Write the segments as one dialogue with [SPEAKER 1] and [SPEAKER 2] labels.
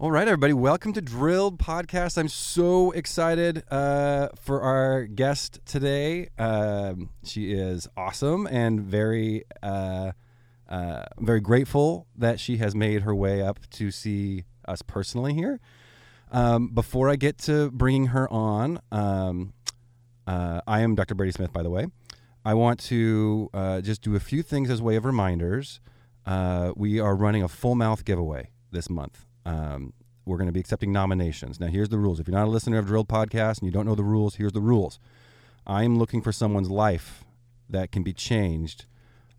[SPEAKER 1] All right, everybody, welcome to Drilled Podcast. I'm so excited uh, for our guest today. Um, she is awesome and very, uh, uh, I'm very grateful that she has made her way up to see us personally here. Um, before I get to bringing her on, um, uh, I am Dr. Brady Smith, by the way. I want to uh, just do a few things as way of reminders. Uh, we are running a full mouth giveaway this month. Um, we're going to be accepting nominations. Now, here's the rules. If you're not a listener of Drilled Podcast and you don't know the rules, here's the rules. I am looking for someone's life that can be changed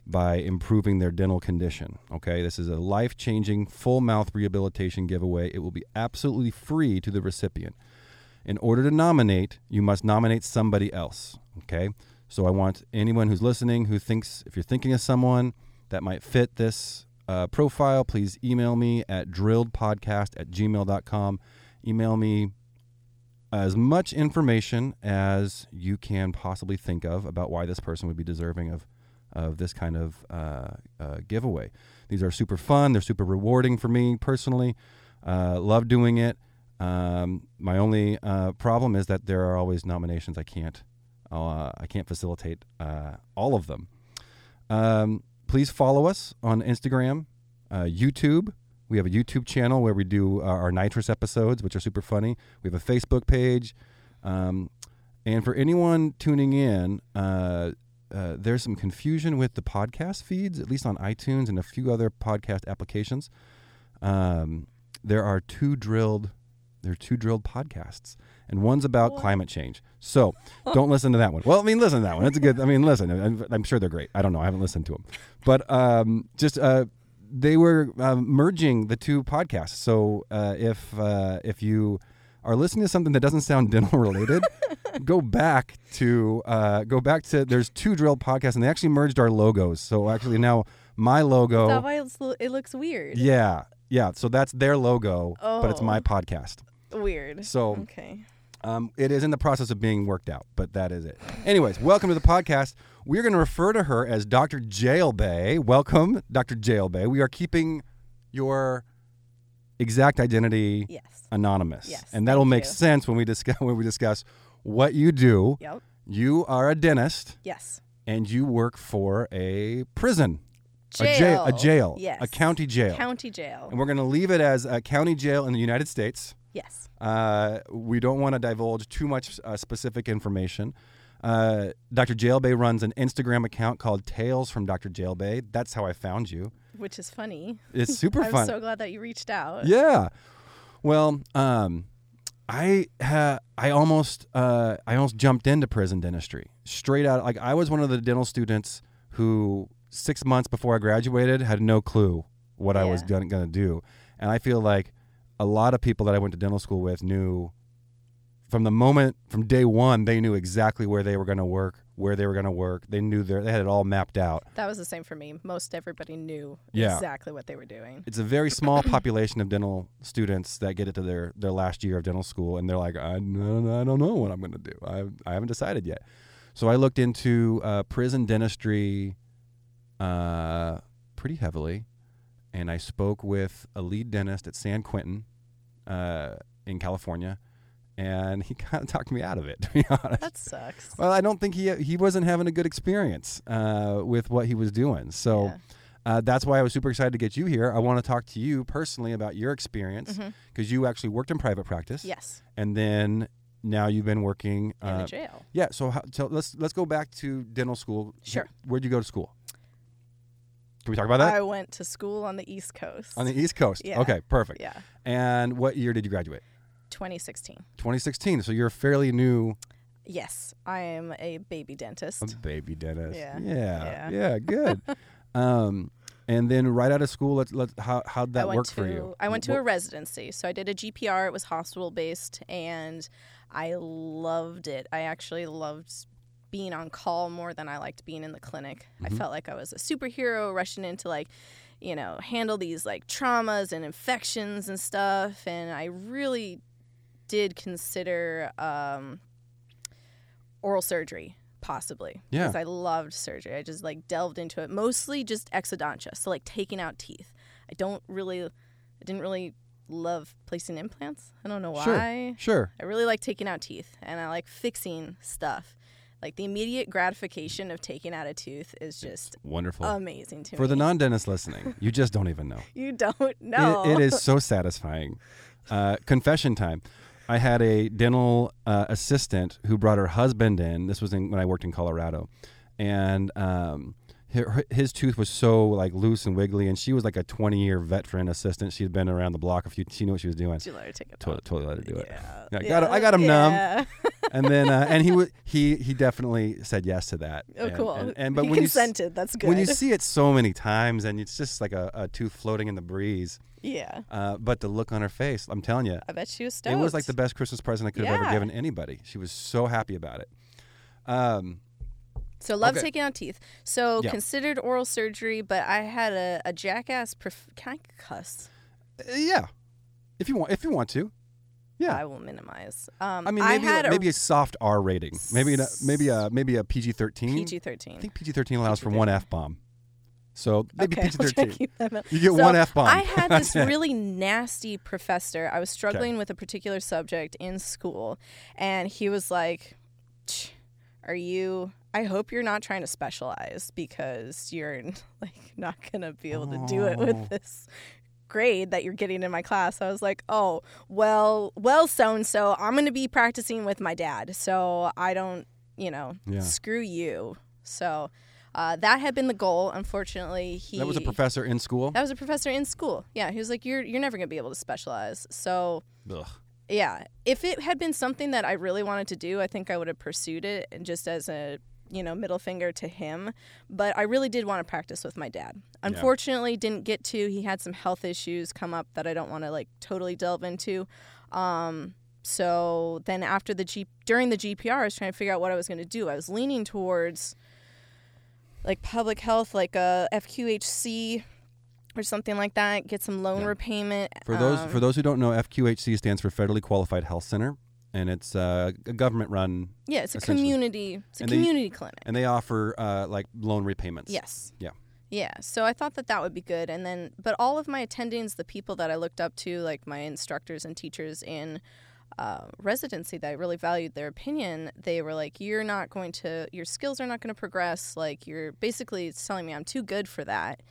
[SPEAKER 1] by improving their dental condition. Okay, this is a life changing full mouth rehabilitation giveaway. It will be absolutely free to the recipient. In order to nominate, you must nominate somebody else. Okay, so I want anyone who's listening who thinks, if you're thinking of someone that might fit this uh, profile, please email me at drilledpodcast at gmail.com. Email me as much information as you can possibly think of about why this person would be deserving of of this kind of uh, uh, giveaway. These are super fun. They're super rewarding for me personally. Uh, love doing it. Um, my only uh, problem is that there are always nominations. I can't. Uh, I can't facilitate uh, all of them. Um, please follow us on Instagram, uh, YouTube. We have a YouTube channel where we do uh, our nitrous episodes, which are super funny. We have a Facebook page. Um, and for anyone tuning in, uh, uh, there's some confusion with the podcast feeds, at least on iTunes and a few other podcast applications. Um, there are two drilled, there are two drilled podcasts, and one's about
[SPEAKER 2] What?
[SPEAKER 1] climate change. So don't listen to that one. Well, I mean, listen to that one. That's a good. I mean, listen. I'm, I'm sure they're great. I don't know. I haven't listened to them, but um, just uh, they were um, merging the two podcasts. So uh, if uh, if you are listening to something that doesn't sound dental related, go back to uh, go back to. There's two drill podcasts, and they actually merged our logos. So actually now my logo.
[SPEAKER 2] That's why it's, l- it looks weird.
[SPEAKER 1] yeah, yeah. So that's their logo, but it's
[SPEAKER 2] Oh.
[SPEAKER 1] my podcast.
[SPEAKER 2] Weird.
[SPEAKER 1] So.
[SPEAKER 2] Okay.
[SPEAKER 1] Um, it is in the process of being worked out, but that is it. Anyways, welcome to the podcast. We're going to refer to her as Dr. Jailbay. Welcome, Dr. Jailbay. We are keeping your exact identity
[SPEAKER 2] Yes.
[SPEAKER 1] anonymous,
[SPEAKER 2] Yes,
[SPEAKER 1] and that'll
[SPEAKER 2] thank
[SPEAKER 1] make
[SPEAKER 2] you.
[SPEAKER 1] sense when we discuss when we discuss what you do.
[SPEAKER 2] Yep.
[SPEAKER 1] You are a dentist,
[SPEAKER 2] Yes.
[SPEAKER 1] and you work for a prison, a jail, a jail,
[SPEAKER 2] Yes.
[SPEAKER 1] a county jail,
[SPEAKER 2] County jail.
[SPEAKER 1] and we're going to leave it as a county jail in the United States.
[SPEAKER 2] Yes.
[SPEAKER 1] Uh, we don't want to divulge too much uh, specific information. Uh, Dr. Jailbay runs an Instagram account called Tales from Dr. Jailbay. That's how I found you.
[SPEAKER 2] Which is funny.
[SPEAKER 1] It's super
[SPEAKER 2] I'm
[SPEAKER 1] fun.
[SPEAKER 2] so glad that you reached out.
[SPEAKER 1] yeah. Well, um, I ha- I almost uh, I almost jumped into prison dentistry straight out. Like I was one of the dental students who six months before I graduated had no clue what I was
[SPEAKER 2] Yeah.
[SPEAKER 1] going to do, and I feel like a lot of people that I went to dental school with knew from the moment from day one they knew exactly where they were going to work, where they were going to work. They knew their they had it all mapped out.
[SPEAKER 2] That was the same for me. Most everybody knew
[SPEAKER 1] Yeah.
[SPEAKER 2] exactly what they were doing.
[SPEAKER 1] it's a very small population of dental students that get it to their, their last year of dental school and they're like i, I don't I don't know what i'm going to do I, I haven't decided yet so i looked into uh, prison dentistry uh, pretty heavily and i spoke with a lead dentist at san quentin uh, in california and he kind of talked me out of it to be honest
[SPEAKER 2] That sucks.
[SPEAKER 1] well i don't think he he wasn't having a good experience uh, with what he was doing so
[SPEAKER 2] Yeah.
[SPEAKER 1] uh, that's why I was super excited to get you here. I want to talk to you personally about your experience
[SPEAKER 2] Mhm.
[SPEAKER 1] because you actually worked in private practice,
[SPEAKER 2] Yes.
[SPEAKER 1] and then now you've been working.
[SPEAKER 2] In the
[SPEAKER 1] Uh,
[SPEAKER 2] jail.
[SPEAKER 1] yeah. So how, so let's let's go back to dental school.
[SPEAKER 2] Sure.
[SPEAKER 1] Wh- Where'd you go to school? Can we talk about that
[SPEAKER 2] I went to school on the East Coast.
[SPEAKER 1] on the E East Coast?
[SPEAKER 2] Uh, Yeah.
[SPEAKER 1] Okay, perfect.
[SPEAKER 2] yeah.
[SPEAKER 1] And what year did you graduate?
[SPEAKER 2] 2016.
[SPEAKER 1] 2016. So you're a fairly new
[SPEAKER 2] Yes. I am a baby dentist.
[SPEAKER 1] a baby dentist.
[SPEAKER 2] Yeah.
[SPEAKER 1] Yeah.
[SPEAKER 2] Yeah.
[SPEAKER 1] yeah, Good. um, and then right out of school, let's let how how'd that
[SPEAKER 2] I went
[SPEAKER 1] work
[SPEAKER 2] to,
[SPEAKER 1] for you?
[SPEAKER 2] I went to
[SPEAKER 1] Wh-
[SPEAKER 2] a residency. So I did a GPR. It was hospital based and I loved it. I actually loved being on call more than I liked being in the clinic.
[SPEAKER 1] Mm-hmm.
[SPEAKER 2] I felt like I was a superhero rushing into like, you know, handle these like traumas and infections and stuff. And I really did consider um, oral surgery possibly
[SPEAKER 1] Yeah.
[SPEAKER 2] because i loved surgery i just like delved into it mostly just exodontia so like taking out teeth i don't really i didn't really love placing implants. I don't know why.
[SPEAKER 1] Sure. Sure.
[SPEAKER 2] I really like taking out teeth and I like fixing stuff. Like the immediate gratification of taking out a tooth is just
[SPEAKER 1] Wonderful.
[SPEAKER 2] Um, amazing to
[SPEAKER 1] For
[SPEAKER 2] me.
[SPEAKER 1] the non dentist listening, you just don't even know.
[SPEAKER 2] you don't
[SPEAKER 1] It-
[SPEAKER 2] know.
[SPEAKER 1] it is so satisfying. Uh, confession time. I had a dental uh, assistant who brought her husband in. This was in, when I worked in Colorado, and um, her, his tooth was so like loose and wiggly. And she was like a 20-year veteran assistant. She had been around the block a few. She knew what she was doing.
[SPEAKER 2] Did you let her take it
[SPEAKER 1] Totally, totally let her do it.
[SPEAKER 2] Yeah.
[SPEAKER 1] Yeah, I got him- I got him numb.
[SPEAKER 2] yeah. Oh,
[SPEAKER 1] And then, uh, and he was he he definitely said yes to that.
[SPEAKER 2] Oh,
[SPEAKER 1] and,
[SPEAKER 2] cool.
[SPEAKER 1] And, and- but
[SPEAKER 2] he
[SPEAKER 1] when you s-
[SPEAKER 2] consented. That's good.
[SPEAKER 1] when you see it so many times, and it's just like a, a tooth floating in the breeze.
[SPEAKER 2] yeah.
[SPEAKER 1] Uh, but the look on her face, I'm telling you,
[SPEAKER 2] I bet she was stoked.
[SPEAKER 1] it was like the best Christmas present I could have ever
[SPEAKER 2] Yeah.
[SPEAKER 1] given anybody. She was so happy about it. Um,
[SPEAKER 2] So love
[SPEAKER 1] Okay.
[SPEAKER 2] taking out teeth. So
[SPEAKER 1] Yeah.
[SPEAKER 2] considered oral surgery, but I had a, a jackass. Prof- Can I cuss?
[SPEAKER 1] uh, yeah, if you want, if you want to, yeah.
[SPEAKER 2] I will minimize. Um,
[SPEAKER 1] I mean, maybe
[SPEAKER 2] had
[SPEAKER 1] maybe a soft R rating, maybe not, maybe a maybe a PG-13.
[SPEAKER 2] PG
[SPEAKER 1] I
[SPEAKER 2] thirteen.
[SPEAKER 1] think PG-13 allows for one f bomb, so maybe
[SPEAKER 2] okay, I'll try to
[SPEAKER 1] PG-13.
[SPEAKER 2] keep that up.
[SPEAKER 1] You get
[SPEAKER 2] So
[SPEAKER 1] one f bomb.
[SPEAKER 2] I had this really nasty professor. I was struggling with a particular subject in school, and he was like, "Tch, "Are you? I hope you're not trying to specialize because you're like not gonna be able to do it
[SPEAKER 1] Oh.
[SPEAKER 2] with this." grade that you're getting in my class i was like oh well well so and so i'm going to be practicing with my dad so i don't you know
[SPEAKER 1] Yeah.
[SPEAKER 2] screw you so uh, that had been the goal unfortunately he
[SPEAKER 1] that was a professor in school.
[SPEAKER 2] that was a professor in school. Yeah, he was like, "You're you're never gonna be able to specialize." So
[SPEAKER 1] Ugh.
[SPEAKER 2] yeah, if it had been something that I really wanted to do, I think I would have pursued it, and just as a you know middle finger to him. But I really did want to practice with my dad. Unfortunately, didn't get to. He had some health issues come up that I don't want to like totally delve into. Um, so then after the G during the GPR, I was trying to figure out what I was going to do. I was leaning towards like public health, like uh, a FQHC or something like that. Get some loan
[SPEAKER 1] Yeah.
[SPEAKER 2] repayment.
[SPEAKER 1] For those
[SPEAKER 2] um,
[SPEAKER 1] for those who don't know, FQHC stands for Federally Qualified Health Center, and it's uh, a government run,
[SPEAKER 2] yeah, it's a
[SPEAKER 1] essentially.
[SPEAKER 2] community. It's a
[SPEAKER 1] And they-
[SPEAKER 2] community clinic.
[SPEAKER 1] and they offer uh, like loan repayments.
[SPEAKER 2] Yes.
[SPEAKER 1] Yeah.
[SPEAKER 2] Yeah. So I thought that that would be good, and then but all of my attendings, the people that I looked up to, like my instructors and teachers in. Uh, residency that I really valued their opinion. They were like, "You're not going to, your skills are not going to progress. Like you're basically it's telling me I'm too good for that.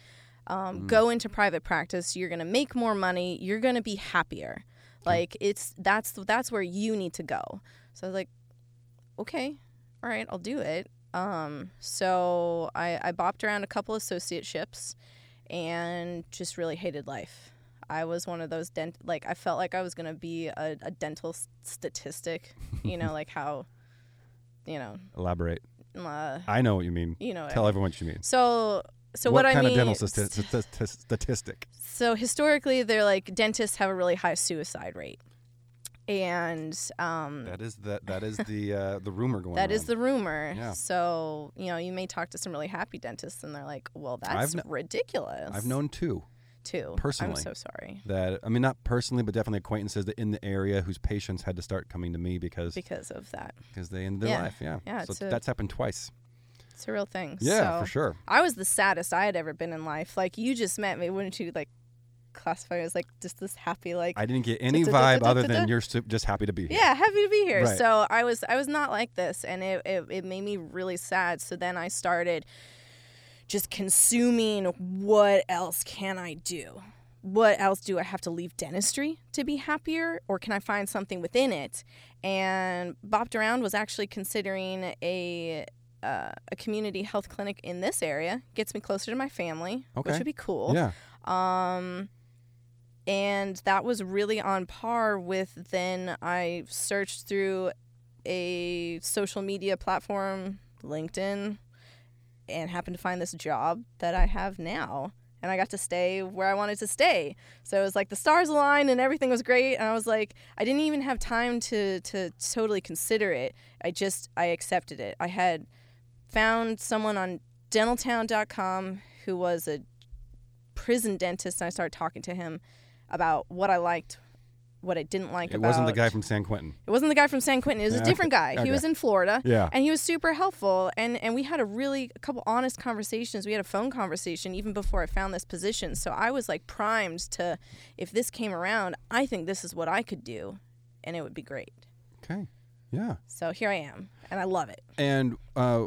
[SPEAKER 2] Um, Go into private practice. You're going to make more money. You're going to be happier. Like it's that's that's where you need to go." So I was like, okay, all right, I'll do it. Um, so I, I bopped around a couple associateships and just really hated life. I was one of those dent like I felt like I was gonna be a, a dental s- statistic, you know, like how, you know,
[SPEAKER 1] Elaborate.
[SPEAKER 2] uh,
[SPEAKER 1] I know what you mean.
[SPEAKER 2] you know. what I
[SPEAKER 1] Tell
[SPEAKER 2] mean.
[SPEAKER 1] everyone what you mean.
[SPEAKER 2] So so
[SPEAKER 1] what,
[SPEAKER 2] what, I
[SPEAKER 1] kind
[SPEAKER 2] mean
[SPEAKER 1] of dental stati- st- st- statistic?
[SPEAKER 2] so historically, they're like dentists have a really high suicide rate, and um,
[SPEAKER 1] That is that that is the uh, the rumor going.
[SPEAKER 2] That is the rumor.
[SPEAKER 1] Yeah.
[SPEAKER 2] So, you know, you may talk to some really happy dentists and they're like, well,
[SPEAKER 1] I've
[SPEAKER 2] that's
[SPEAKER 1] kn-
[SPEAKER 2] ridiculous.
[SPEAKER 1] I've known two
[SPEAKER 2] too.
[SPEAKER 1] personally.
[SPEAKER 2] I'm so sorry.
[SPEAKER 1] that I mean not personally, but definitely acquaintances that in the area whose patients had to start coming to me because
[SPEAKER 2] Because of that.
[SPEAKER 1] because they ended their
[SPEAKER 2] Yeah.
[SPEAKER 1] life. Yeah.
[SPEAKER 2] Yeah,
[SPEAKER 1] so
[SPEAKER 2] it's a-
[SPEAKER 1] that's happened twice.
[SPEAKER 2] It's a real thing.
[SPEAKER 1] Yeah,
[SPEAKER 2] so,
[SPEAKER 1] for sure.
[SPEAKER 2] I was the saddest I had ever been in life. Like, you just met me. Wouldn't you, like, classify as, like, just this happy, like,
[SPEAKER 1] I didn't get any
[SPEAKER 2] da- da-
[SPEAKER 1] vibe
[SPEAKER 2] da- da-
[SPEAKER 1] other
[SPEAKER 2] da-
[SPEAKER 1] than
[SPEAKER 2] da.
[SPEAKER 1] you're su- just happy to be here.
[SPEAKER 2] Yeah, happy to be here.
[SPEAKER 1] Right.
[SPEAKER 2] So I was I was not like this, and it, it it made me really sad. So then I started just consuming. What else can I do? What else do I have to leave dentistry to be happier, or can I find something within it? And bopped around was actually considering a. Uh, a community health clinic in this area gets me closer to my family,
[SPEAKER 1] Okay.
[SPEAKER 2] which would be cool.
[SPEAKER 1] Yeah.
[SPEAKER 2] Um, and that was really on par with then I searched through a social media platform, LinkedIn, and happened to find this job that I have now. And I got to stay where I wanted to stay. So it was like the stars aligned and everything was great. And I was like, I didn't even have time to, to totally consider it. I just, I accepted it. I had found someone on dentaltown.com who was a prison dentist and I started talking to him about what I liked what I didn't like
[SPEAKER 1] It
[SPEAKER 2] about
[SPEAKER 1] wasn't the guy from San Quentin.
[SPEAKER 2] It wasn't the guy from San Quentin. It was
[SPEAKER 1] Yeah,
[SPEAKER 2] a different guy.
[SPEAKER 1] okay.
[SPEAKER 2] He was in Florida.
[SPEAKER 1] Yeah.
[SPEAKER 2] And he was super helpful. And and we had a really a couple honest conversations. We had a phone conversation even before I found this position. So I was like primed to if this came around, I think this is what I could do and it would be great.
[SPEAKER 1] Okay. Yeah.
[SPEAKER 2] So here I am. And I love it.
[SPEAKER 1] And uh,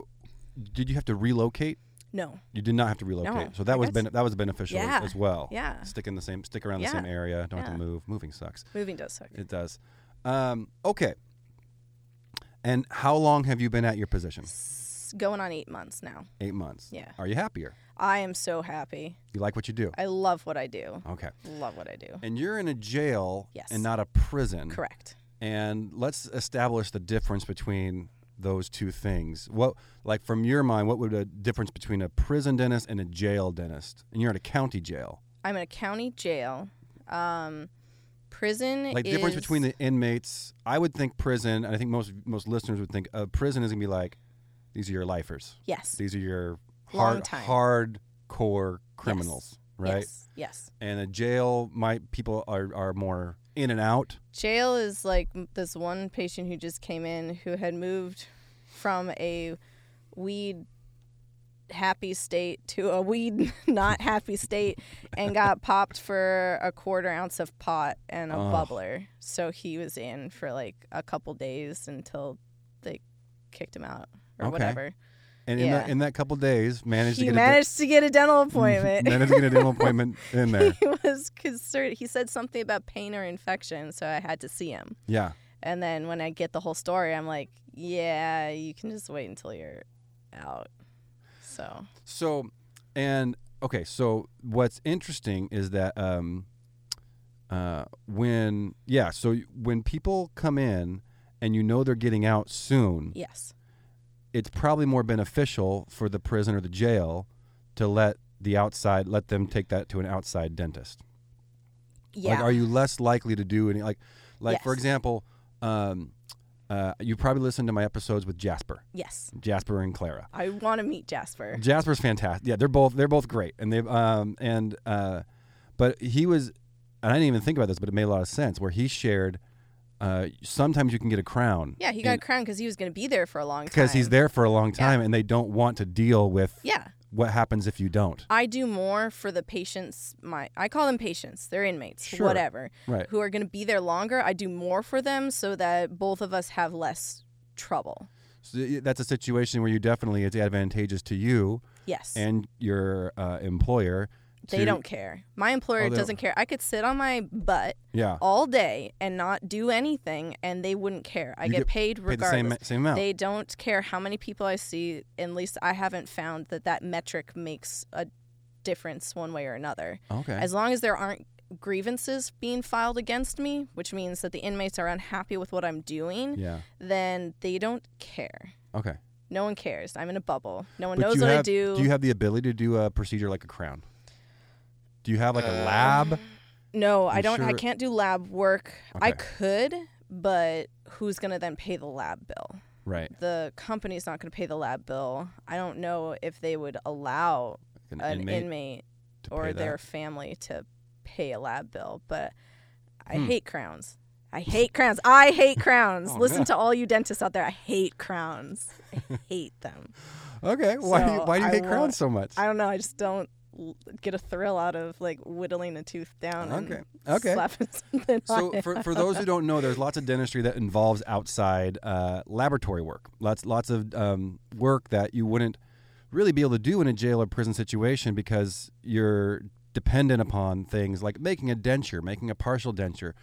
[SPEAKER 1] did you have to relocate?
[SPEAKER 2] No.
[SPEAKER 1] You did not have to relocate,
[SPEAKER 2] No,
[SPEAKER 1] so that
[SPEAKER 2] I
[SPEAKER 1] was
[SPEAKER 2] guess-
[SPEAKER 1] ben- that was beneficial
[SPEAKER 2] Yeah,
[SPEAKER 1] as well.
[SPEAKER 2] yeah.
[SPEAKER 1] stick in the same, stick around the
[SPEAKER 2] Yeah,
[SPEAKER 1] same area. Don't have to
[SPEAKER 2] yeah.
[SPEAKER 1] move. Moving sucks.
[SPEAKER 2] Moving does suck.
[SPEAKER 1] It does. Um, okay. And how long have you been at your position?
[SPEAKER 2] It's going on eight months now.
[SPEAKER 1] Eight months.
[SPEAKER 2] Yeah.
[SPEAKER 1] Are you happier?
[SPEAKER 2] I am so happy.
[SPEAKER 1] You like what you do?
[SPEAKER 2] I love what I do.
[SPEAKER 1] Okay.
[SPEAKER 2] Love what I do.
[SPEAKER 1] And you're in a jail
[SPEAKER 2] Yes.
[SPEAKER 1] and not a prison.
[SPEAKER 2] Correct.
[SPEAKER 1] And let's establish the difference between those two things. What, like, from your mind, what would a difference between a prison dentist and a jail dentist? And you're at a county jail.
[SPEAKER 2] I'm in a county jail. Um, prison
[SPEAKER 1] Like, the
[SPEAKER 2] is
[SPEAKER 1] difference between the inmates. I would think prison, and I think most most listeners would think uh, prison is gonna be like, these are your lifers.
[SPEAKER 2] yes
[SPEAKER 1] These are your
[SPEAKER 2] Long
[SPEAKER 1] hard,
[SPEAKER 2] time.
[SPEAKER 1] hardcore criminals, right?
[SPEAKER 2] Yes. yes.
[SPEAKER 1] And a jail might people are, are more in and out.
[SPEAKER 2] Jail is like m- this one patient who just came in who had moved from a weed happy state to a weed not happy state and got popped for a quarter ounce of pot and a
[SPEAKER 1] Ugh.
[SPEAKER 2] bubbler. So he was in for like a couple days until they kicked him out or
[SPEAKER 1] Okay.
[SPEAKER 2] whatever.
[SPEAKER 1] And in, that,
[SPEAKER 2] Yeah.
[SPEAKER 1] in that couple days, managed
[SPEAKER 2] he
[SPEAKER 1] to get
[SPEAKER 2] managed to get a dental
[SPEAKER 1] a, di-
[SPEAKER 2] appointment.
[SPEAKER 1] managed to get a dental appointment in there.
[SPEAKER 2] he was concerned. He said something about pain or infection, so I had to see him.
[SPEAKER 1] Yeah.
[SPEAKER 2] And then when I get the whole story, I'm like, yeah, you can just wait until you're out. So
[SPEAKER 1] So, and okay, so what's interesting is that um, uh, when yeah, so when people come in and you know they're getting out soon,
[SPEAKER 2] yes,
[SPEAKER 1] it's probably more beneficial for the prison or the jail to let the outside let them take that to an outside dentist.
[SPEAKER 2] yeah,
[SPEAKER 1] Like, are you less likely to do any like, like for
[SPEAKER 2] Yes.
[SPEAKER 1] example, um, uh, you probably listened to my episodes with Jasper,
[SPEAKER 2] yes.
[SPEAKER 1] Jasper and Clara.
[SPEAKER 2] I want to meet Jasper.
[SPEAKER 1] Jasper's fantastic. Yeah, they're both they're both great, and they um and uh, but he was, and I didn't even think about this, but it made a lot of sense where he shared. Uh, sometimes you can get a crown.
[SPEAKER 2] Yeah, he got crowned because he was going to be there for a long time.
[SPEAKER 1] because he's there for a long time, and they don't want to deal with
[SPEAKER 2] Yeah,
[SPEAKER 1] what happens if you don't.
[SPEAKER 2] I do more for the patients. My I call them patients. They're inmates,
[SPEAKER 1] Sure.
[SPEAKER 2] whatever,
[SPEAKER 1] Right.
[SPEAKER 2] who are going to be there longer. I do more for them so that both of us have less trouble.
[SPEAKER 1] So y- that's a situation where you definitely it's advantageous to you
[SPEAKER 2] Yes.
[SPEAKER 1] and your uh, employer.
[SPEAKER 2] They
[SPEAKER 1] to-
[SPEAKER 2] don't care. My employer
[SPEAKER 1] Oh, they don't-
[SPEAKER 2] doesn't care. I could sit on my butt
[SPEAKER 1] Yeah.
[SPEAKER 2] all day and not do anything, and they wouldn't care. I
[SPEAKER 1] You
[SPEAKER 2] get,
[SPEAKER 1] get
[SPEAKER 2] paid
[SPEAKER 1] Pay the same
[SPEAKER 2] regardless.
[SPEAKER 1] same amount.
[SPEAKER 2] they don't care how many people I see. At least I haven't found that that metric makes a difference one way or another.
[SPEAKER 1] okay.
[SPEAKER 2] As long as there aren't grievances being filed against me, which means that the inmates are unhappy with what I'm doing,
[SPEAKER 1] yeah.
[SPEAKER 2] then they don't care.
[SPEAKER 1] Okay.
[SPEAKER 2] No one cares. I'm in a bubble. No one
[SPEAKER 1] But
[SPEAKER 2] knows
[SPEAKER 1] you
[SPEAKER 2] what
[SPEAKER 1] have,
[SPEAKER 2] I do.
[SPEAKER 1] you have the ability to do a procedure like a crown? Do you have like a
[SPEAKER 2] Uh,
[SPEAKER 1] lab?
[SPEAKER 2] No,
[SPEAKER 1] I'm
[SPEAKER 2] I'm I do not I
[SPEAKER 1] sure-
[SPEAKER 2] can't do lab work. I
[SPEAKER 1] Okay.
[SPEAKER 2] could, but who's going to then pay the lab bill?
[SPEAKER 1] Right.
[SPEAKER 2] The company's not going to pay the lab bill. I don't know if they would allow
[SPEAKER 1] An,
[SPEAKER 2] an inmate,
[SPEAKER 1] to
[SPEAKER 2] or
[SPEAKER 1] pay
[SPEAKER 2] their
[SPEAKER 1] that?
[SPEAKER 2] family to pay a lab bill, but I
[SPEAKER 1] Hmm.
[SPEAKER 2] hate crowns. I hate crowns. I hate crowns.
[SPEAKER 1] Oh,
[SPEAKER 2] Listen
[SPEAKER 1] no.
[SPEAKER 2] to all you dentists out there. I hate crowns. I hate them.
[SPEAKER 1] Okay. Why do you,
[SPEAKER 2] So
[SPEAKER 1] why do you
[SPEAKER 2] I
[SPEAKER 1] hate
[SPEAKER 2] won't-
[SPEAKER 1] crowns so much?
[SPEAKER 2] I don't know. I just don't l- get a thrill out of like whittling a tooth down
[SPEAKER 1] Okay.
[SPEAKER 2] and
[SPEAKER 1] Okay.
[SPEAKER 2] slapping something on
[SPEAKER 1] so
[SPEAKER 2] it.
[SPEAKER 1] for, for those who don't know, there's lots of dentistry that involves outside uh, laboratory work. Lots lots of um, work that you wouldn't really be able to do in a jail or prison situation because you're dependent upon things like making a denture, making a partial denture,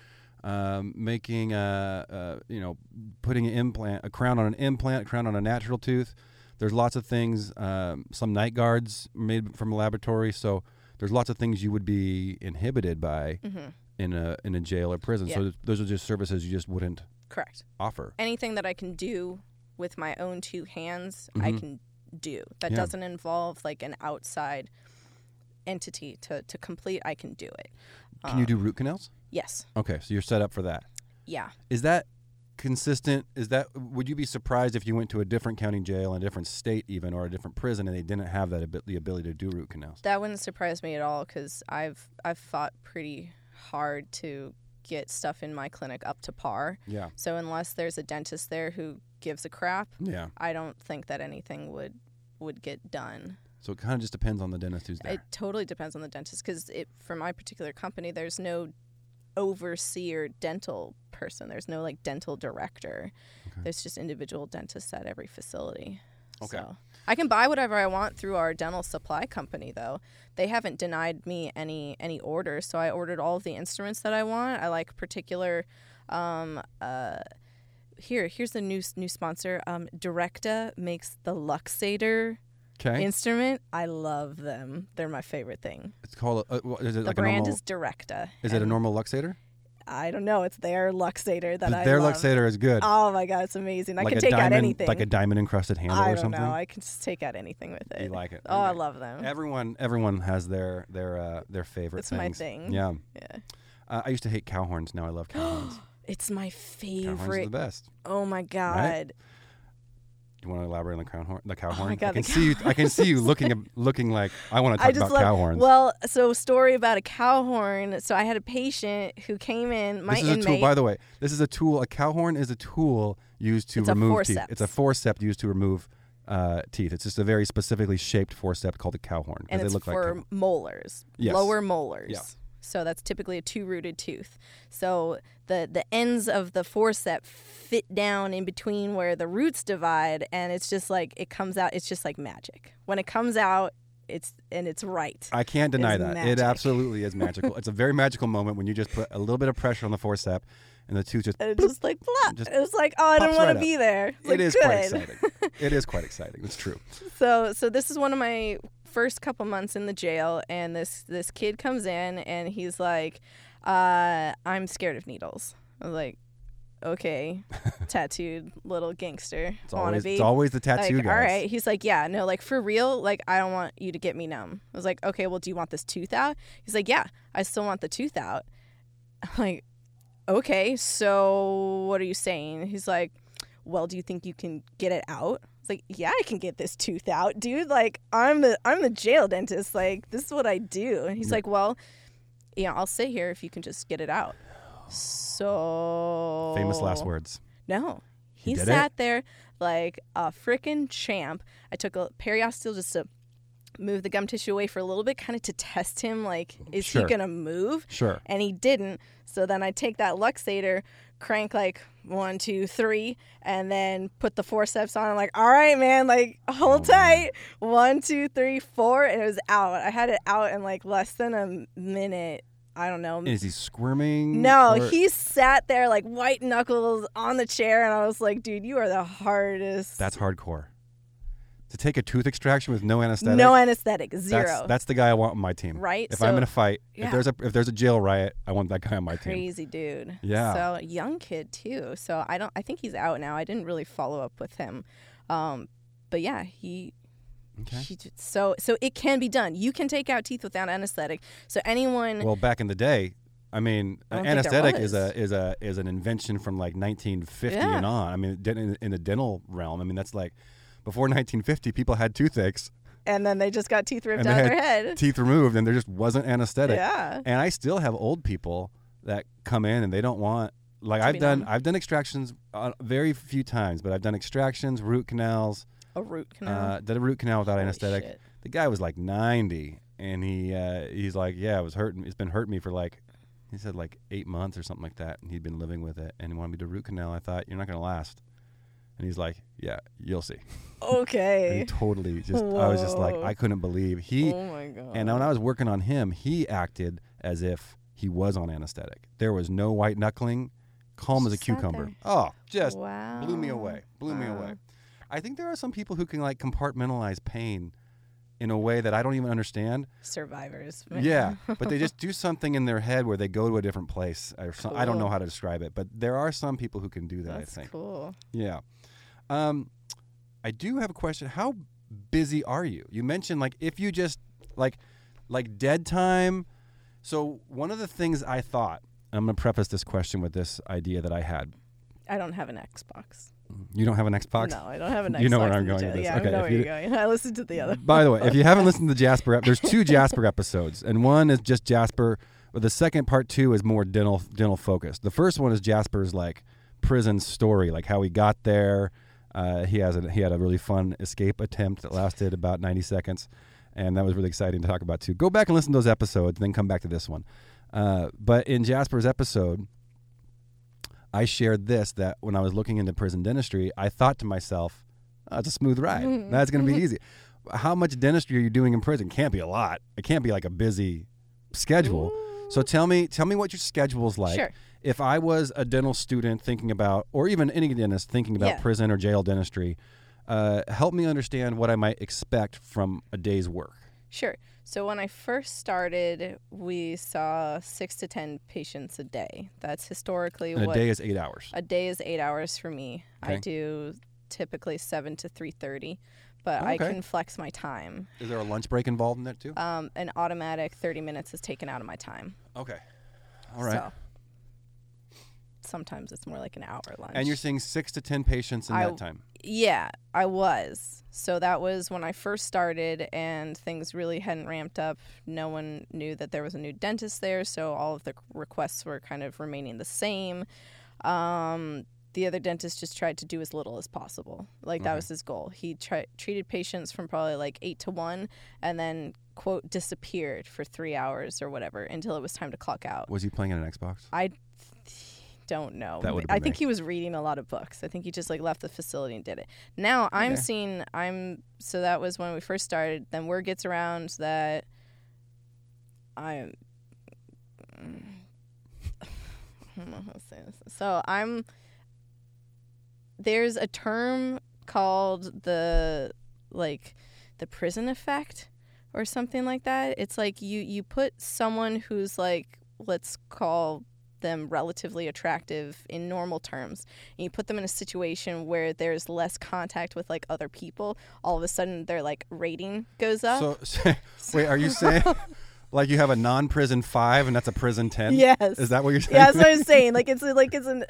[SPEAKER 1] um, making a, a you know putting an implant, a crown on an implant, a crown on a natural tooth. There's lots of things. Um, some night guards made from a laboratory. So there's lots of things you would be inhibited by
[SPEAKER 2] Mhm.
[SPEAKER 1] in a in a jail or prison. So
[SPEAKER 2] Yeah.
[SPEAKER 1] th- those are just services you just wouldn't
[SPEAKER 2] Correct.
[SPEAKER 1] offer.
[SPEAKER 2] anything that I can do with my own two hands, I
[SPEAKER 1] Mhm.
[SPEAKER 2] can do. That
[SPEAKER 1] Yeah.
[SPEAKER 2] doesn't involve like an outside entity to, to complete, I can do it.
[SPEAKER 1] Can you do root canals?
[SPEAKER 2] Yes.
[SPEAKER 1] Okay, so you're set up for that.
[SPEAKER 2] Yeah.
[SPEAKER 1] Is that consistent? Is that would you be surprised if you went to a different county jail in a different state even or a different prison and they didn't have that abi- the ability to do root canals?
[SPEAKER 2] That wouldn't surprise me at all because I've I've fought pretty hard to get stuff in my clinic up to par.
[SPEAKER 1] Yeah.
[SPEAKER 2] So unless there's a dentist there who gives a crap,
[SPEAKER 1] Yeah.
[SPEAKER 2] I don't think that anything would would get done.
[SPEAKER 1] So it kind of just depends on the dentist who's there.
[SPEAKER 2] It totally depends on the dentist because it for my particular company, there's no overseer dental person. There's no like dental director.
[SPEAKER 1] Okay.
[SPEAKER 2] There's just individual dentists at every facility.
[SPEAKER 1] Okay.
[SPEAKER 2] So, I can buy whatever I want through our dental supply company though. They haven't denied me any any orders, so I ordered all of the instruments that I want. I like particular um uh here, here's the new s- new sponsor. Um, Directa makes the Luxator
[SPEAKER 1] Okay.
[SPEAKER 2] instrument. I love them. They're my favorite thing.
[SPEAKER 1] it's called a, uh, what- is it
[SPEAKER 2] The
[SPEAKER 1] like a
[SPEAKER 2] brand
[SPEAKER 1] normal
[SPEAKER 2] is Directa.
[SPEAKER 1] Is it a normal luxator?
[SPEAKER 2] I don't know. It's their Luxator that I
[SPEAKER 1] their
[SPEAKER 2] love.
[SPEAKER 1] luxator is good.
[SPEAKER 2] Oh my god, it's amazing. I
[SPEAKER 1] like
[SPEAKER 2] can
[SPEAKER 1] a
[SPEAKER 2] take
[SPEAKER 1] diamond,
[SPEAKER 2] out anything.
[SPEAKER 1] like a diamond encrusted handle
[SPEAKER 2] I
[SPEAKER 1] or
[SPEAKER 2] don't
[SPEAKER 1] something.
[SPEAKER 2] know. I can just take out anything with it.
[SPEAKER 1] you like it?
[SPEAKER 2] oh, I
[SPEAKER 1] Okay.
[SPEAKER 2] love them.
[SPEAKER 1] Everyone, everyone has their their uh, their favorite.
[SPEAKER 2] It's my
[SPEAKER 1] things.
[SPEAKER 2] thing.
[SPEAKER 1] Yeah.
[SPEAKER 2] Yeah.
[SPEAKER 1] Uh, I used to hate cow horns. Now I love cow horns.
[SPEAKER 2] It's my
[SPEAKER 1] cow horns are the
[SPEAKER 2] favorite.
[SPEAKER 1] best.
[SPEAKER 2] Oh my god.
[SPEAKER 1] Do you want to elaborate on the crown horn? The cow
[SPEAKER 2] Oh my
[SPEAKER 1] horn.
[SPEAKER 2] God,
[SPEAKER 1] I
[SPEAKER 2] the
[SPEAKER 1] can
[SPEAKER 2] cow
[SPEAKER 1] see you. I can see you looking ab- looking like I want to talk
[SPEAKER 2] I just
[SPEAKER 1] about
[SPEAKER 2] love.
[SPEAKER 1] cow horns.
[SPEAKER 2] Well, so story about a cow horn. So I had a patient who came in. My
[SPEAKER 1] this is
[SPEAKER 2] inmate.
[SPEAKER 1] a tool, by the way. This is a tool. A cow horn is a tool used to
[SPEAKER 2] It's a
[SPEAKER 1] remove teeth.
[SPEAKER 2] forceps.
[SPEAKER 1] It's a forceps used to remove uh, teeth. It's just a very specifically shaped forceps called a cow horn because
[SPEAKER 2] and
[SPEAKER 1] they
[SPEAKER 2] it's
[SPEAKER 1] look like.
[SPEAKER 2] for
[SPEAKER 1] cow-
[SPEAKER 2] molars,
[SPEAKER 1] Yes.
[SPEAKER 2] lower molars.
[SPEAKER 1] Yeah.
[SPEAKER 2] So that's typically a two-rooted tooth. So the the ends of the forceps fit down in between where the roots divide, and it's just like it comes out. It's just like magic. When it comes out, it's and it's right.
[SPEAKER 1] I can't deny
[SPEAKER 2] is
[SPEAKER 1] that. It
[SPEAKER 2] magic.
[SPEAKER 1] absolutely is magical. it's a very magical moment when you just put a little bit of pressure on the forceps, and the tooth just.
[SPEAKER 2] And it's just like plop.
[SPEAKER 1] Just
[SPEAKER 2] it was like oh, I
[SPEAKER 1] pops
[SPEAKER 2] don't want
[SPEAKER 1] right
[SPEAKER 2] to
[SPEAKER 1] up.
[SPEAKER 2] be there. It's like,
[SPEAKER 1] it is
[SPEAKER 2] good.
[SPEAKER 1] quite exciting. it is quite exciting. It's true.
[SPEAKER 2] So so this is one of my first couple months in the jail, and this this kid comes in and he's like, uh, "I'm scared of needles." I was like, "Okay, tattooed little gangster
[SPEAKER 1] It's always,
[SPEAKER 2] wannabe."
[SPEAKER 1] it's always the
[SPEAKER 2] like,
[SPEAKER 1] tattoo guys.
[SPEAKER 2] all right. He's like, yeah, no, like for real, like I don't want you to get me numb. I was like, okay, well, do you want this tooth out? He's like, yeah, I still want the tooth out. I'm like, okay, so what are you saying? He's like, well, do you think you can get it out? It's like, yeah, I can get this tooth out, dude. Like, I'm the I'm the jail dentist. Like, this is what I do. And he's like, well, yeah, I'll sit here if you can just get it out. So
[SPEAKER 1] Famous last words.
[SPEAKER 2] no. He,
[SPEAKER 1] did it?
[SPEAKER 2] sat there like a freaking champ. I took a periosteal just to move the gum tissue away for a little bit, kind of to test him like, is
[SPEAKER 1] Sure.
[SPEAKER 2] he going to move?
[SPEAKER 1] Sure.
[SPEAKER 2] And he didn't. So then I take that Luxator, crank like one, two, three, and then put the forceps on. I'm like, all right, man, like hold
[SPEAKER 1] Oh, man.
[SPEAKER 2] tight. One, two, three, four. And it was out. I had it out in like less than a minute. I don't know,
[SPEAKER 1] Is he squirming?
[SPEAKER 2] no,
[SPEAKER 1] or-
[SPEAKER 2] he sat there like white knuckles on the chair, and I was like, dude, you are the hardest.
[SPEAKER 1] That's hardcore. To take a tooth extraction with no anesthetic.
[SPEAKER 2] no anesthetic, zero.
[SPEAKER 1] That's, that's the guy I want on my team.
[SPEAKER 2] right?
[SPEAKER 1] If I'm in a fight,
[SPEAKER 2] yeah.
[SPEAKER 1] if there's a if there's a jail riot, I want that guy on my team.
[SPEAKER 2] crazy dude.
[SPEAKER 1] Yeah.
[SPEAKER 2] So young kid too. So I don't. I think he's out now. I didn't really follow up with him, um, but yeah, he.
[SPEAKER 1] Okay.
[SPEAKER 2] he j- so so it can be done. You can take out teeth without anesthetic. So anyone.
[SPEAKER 1] Well, back in the day, I mean,
[SPEAKER 2] I don't think there
[SPEAKER 1] anesthetic is
[SPEAKER 2] was.
[SPEAKER 1] a is a is an invention from like 1950
[SPEAKER 2] Yeah.
[SPEAKER 1] and on. I mean, it didn't- in, in the dental realm, I mean that's like before 1950, people had toothaches,
[SPEAKER 2] and then they just got teeth ripped
[SPEAKER 1] And
[SPEAKER 2] out
[SPEAKER 1] they
[SPEAKER 2] of
[SPEAKER 1] had
[SPEAKER 2] their head.
[SPEAKER 1] teeth removed, and there just wasn't anesthetic.
[SPEAKER 2] Yeah.
[SPEAKER 1] And I still have old people that come in and they don't want like
[SPEAKER 2] To
[SPEAKER 1] I've
[SPEAKER 2] be
[SPEAKER 1] done
[SPEAKER 2] numb.
[SPEAKER 1] I've done extractions uh, very few times, but I've done extractions, root canals,
[SPEAKER 2] A root canal.
[SPEAKER 1] uh, did a root canal without
[SPEAKER 2] Mm-hmm. Holy
[SPEAKER 1] anesthetic.
[SPEAKER 2] shit.
[SPEAKER 1] the guy was like 90 and he uh, he's like yeah it was hurting it's been hurting me for like he said like eight months or something like that and he'd been living with it and he wanted me to root canal i thought you're not going to last and he's like yeah you'll see and he
[SPEAKER 2] Okay.
[SPEAKER 1] totally just i was just like
[SPEAKER 2] Whoa.
[SPEAKER 1] i couldn't believe he
[SPEAKER 2] oh my god.
[SPEAKER 1] and when i was working on him he acted as if he was on anesthetic there was no white knuckling calm as a
[SPEAKER 2] Just sat
[SPEAKER 1] cucumber
[SPEAKER 2] there.
[SPEAKER 1] oh just
[SPEAKER 2] wow. Uh-huh.
[SPEAKER 1] blew me away blew me away
[SPEAKER 2] Wow.
[SPEAKER 1] i think there are some people who can like compartmentalize pain in a way that i don't even understand
[SPEAKER 2] survivors.
[SPEAKER 1] yeah but they just do something in their head where they go to a different place or some, i don't know
[SPEAKER 2] Cool.
[SPEAKER 1] how to describe it but there are some people who can do that
[SPEAKER 2] That's
[SPEAKER 1] i think
[SPEAKER 2] cool.
[SPEAKER 1] yeah um i do have a question how busy are you you mentioned like if you just like like dead time so one of the things i thought i'm going to preface this question with this idea that i had
[SPEAKER 2] I don't have an Xbox.
[SPEAKER 1] you don't have an xbox
[SPEAKER 2] No, I don't have an Xbox.
[SPEAKER 1] You know where I'm
[SPEAKER 2] in the
[SPEAKER 1] going
[SPEAKER 2] jail.
[SPEAKER 1] with this.
[SPEAKER 2] Yeah,
[SPEAKER 1] Okay,
[SPEAKER 2] I know
[SPEAKER 1] if
[SPEAKER 2] where
[SPEAKER 1] you
[SPEAKER 2] you're
[SPEAKER 1] d-
[SPEAKER 2] going. I listened to the other.
[SPEAKER 1] By the way, if you haven't listened to the Jasper, ep- there's two Jasper episodes, and one is just Jasper But the second part two is more dental dental focused. The first one is Jasper's like prison story, like how he got there. Uh, he has a, he had a really fun escape attempt that lasted about 90 seconds, and that was really exciting to talk about too. Go back and listen to those episodes, then come back to this one. Uh, but in Jasper's episode, I shared this that when I was looking into prison dentistry, I thought to myself, oh, "It's a smooth ride. That's going to be easy." How much dentistry are you doing in prison? Can't be a lot. It can't be like a busy schedule. So tell me, tell me what your schedule's like.
[SPEAKER 2] Sure.
[SPEAKER 1] If I was a dental student thinking about, or even any dentist thinking about
[SPEAKER 2] Yeah.
[SPEAKER 1] prison or jail dentistry, uh, help me understand what I might expect from a day's work.
[SPEAKER 2] Sure. So when I first started, we saw six to ten patients a day. That's historically
[SPEAKER 1] And
[SPEAKER 2] what
[SPEAKER 1] a day is eight hours.
[SPEAKER 2] a day is eight hours for me. I
[SPEAKER 1] Okay.
[SPEAKER 2] do typically seven to three thirty, but I
[SPEAKER 1] Okay.
[SPEAKER 2] can flex my time.
[SPEAKER 1] Is there a lunch break involved in that too?
[SPEAKER 2] Um, an automatic thirty minutes is taken out of my time.
[SPEAKER 1] okay. All right.
[SPEAKER 2] So sometimes it's more like an hour lunch.
[SPEAKER 1] and you're seeing six to ten patients in
[SPEAKER 2] I-
[SPEAKER 1] that time.
[SPEAKER 2] Yeah, I was. So that was when I first started, and things really hadn't ramped up. No one knew that there was a new dentist there, so all of the requests were kind of remaining the same. Um, the other dentist just tried to do as little as possible. Like that
[SPEAKER 1] Okay.
[SPEAKER 2] was his goal. He tri- treated patients from probably like eight to one, and then quote disappeared for three hours or whatever until it was time to clock out.
[SPEAKER 1] Was he playing on an Xbox?
[SPEAKER 2] I th- don't know.
[SPEAKER 1] That would've
[SPEAKER 2] I
[SPEAKER 1] been
[SPEAKER 2] think
[SPEAKER 1] me.
[SPEAKER 2] he was reading a lot of books. I think he just like left the facility and did it. Now I'm
[SPEAKER 1] Okay.
[SPEAKER 2] seeing I'm so that was when we first started. Then word gets around that I'm I don't know how to say this. So I'm there's a term called the like the prison effect or something like that. It's like you you put someone who's like let's call them relatively attractive in normal terms and you put them in a situation where there's less contact with like other people all of a sudden their like rating goes up
[SPEAKER 1] So, wait, are you saying like you have a non-prison five and that's a prison ten?
[SPEAKER 2] Yes.
[SPEAKER 1] Is that what you're saying?
[SPEAKER 2] yeah that's what i'm saying like it's like it's an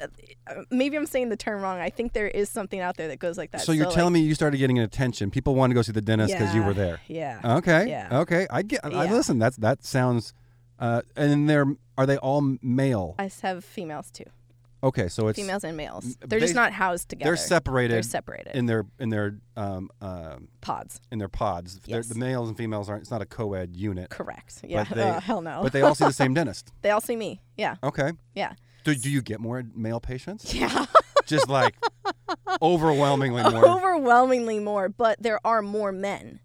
[SPEAKER 2] uh, maybe i'm saying the term wrong i think there is something out there that goes like that
[SPEAKER 1] so you're telling me you started getting attention. People wanted to go see the dentist because you were there. Um,
[SPEAKER 2] yeah
[SPEAKER 1] Okay.
[SPEAKER 2] Yeah.
[SPEAKER 1] Okay. I get. I
[SPEAKER 2] Yeah.
[SPEAKER 1] listen. That's that sounds. Uh, and they're are they all male?
[SPEAKER 2] i s- have females too
[SPEAKER 1] Okay, so it's
[SPEAKER 2] females and males
[SPEAKER 1] m-
[SPEAKER 2] they're
[SPEAKER 1] they-
[SPEAKER 2] just not housed together
[SPEAKER 1] they're separated.
[SPEAKER 2] they're separated
[SPEAKER 1] in their in their um, um
[SPEAKER 2] pods
[SPEAKER 1] in their pods. They're-
[SPEAKER 2] Yes.
[SPEAKER 1] The males and females aren't. It's not a co-ed unit,
[SPEAKER 2] correct yeah
[SPEAKER 1] they-
[SPEAKER 2] uh, hell no
[SPEAKER 1] but they all see the same dentist.
[SPEAKER 2] they all see me yeah
[SPEAKER 1] Okay.
[SPEAKER 2] yeah
[SPEAKER 1] Do, do you get more male patients?
[SPEAKER 2] yeah
[SPEAKER 1] Just like overwhelmingly more.
[SPEAKER 2] overwhelmingly more, but there are more men.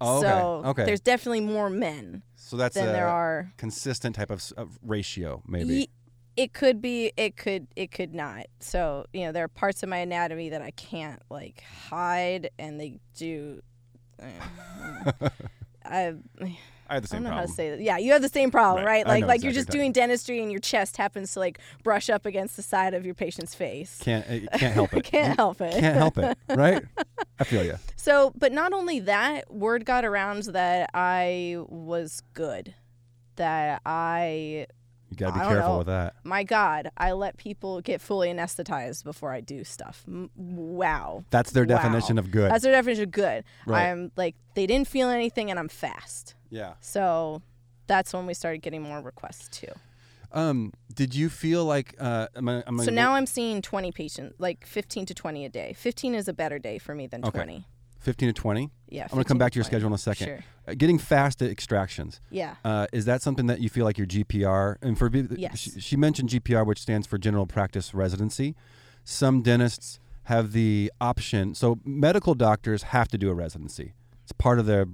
[SPEAKER 1] Oh, okay.
[SPEAKER 2] So
[SPEAKER 1] Okay.
[SPEAKER 2] there's definitely more men
[SPEAKER 1] So that's
[SPEAKER 2] than
[SPEAKER 1] a
[SPEAKER 2] there are.
[SPEAKER 1] consistent type of, s- of ratio, maybe.
[SPEAKER 2] Ye- It could be, it could, it could not. So you know, there are parts of my anatomy that I can't like hide, and they do. uh, I, I
[SPEAKER 1] I had the same
[SPEAKER 2] don't know how to
[SPEAKER 1] problem.
[SPEAKER 2] say that. Yeah, you have the same problem,
[SPEAKER 1] Right.
[SPEAKER 2] right?
[SPEAKER 1] I
[SPEAKER 2] Like,
[SPEAKER 1] know
[SPEAKER 2] like
[SPEAKER 1] exactly
[SPEAKER 2] you're just
[SPEAKER 1] what you're
[SPEAKER 2] doing dentistry, and your chest happens to like brush up against the side of your patient's face.
[SPEAKER 1] Can't it can't help it.
[SPEAKER 2] Can't help it.
[SPEAKER 1] Can't help it, right? I feel you.
[SPEAKER 2] So, but not only that, word got around that I was good. That I,
[SPEAKER 1] You got to be
[SPEAKER 2] I don't
[SPEAKER 1] careful
[SPEAKER 2] know.
[SPEAKER 1] with that.
[SPEAKER 2] my God, I let people get fully anesthetized before I do stuff. M- wow.
[SPEAKER 1] That's their
[SPEAKER 2] Wow.
[SPEAKER 1] definition of good.
[SPEAKER 2] That's their definition of good.
[SPEAKER 1] Right.
[SPEAKER 2] I'm like, they didn't feel anything and I'm fast.
[SPEAKER 1] yeah.
[SPEAKER 2] So that's when we started getting more requests too.
[SPEAKER 1] Um. Did you feel like uh? Am I, am I
[SPEAKER 2] So now I'm seeing 20 patients, like 15 to 20 a day. 15 is a better day for me than
[SPEAKER 1] Okay.
[SPEAKER 2] 20.
[SPEAKER 1] fifteen to twenty?
[SPEAKER 2] Yeah.
[SPEAKER 1] I'm gonna come
[SPEAKER 2] 15
[SPEAKER 1] back to your
[SPEAKER 2] 20.
[SPEAKER 1] schedule in a second.
[SPEAKER 2] Sure.
[SPEAKER 1] Uh, getting fast at extractions.
[SPEAKER 2] Yeah.
[SPEAKER 1] Uh, is that something that you feel like your GPR and for be-
[SPEAKER 2] Yes.
[SPEAKER 1] she, she mentioned GPR, which stands for General Practice Residency. Some dentists have the option, so medical doctors have to do a residency. It's part of their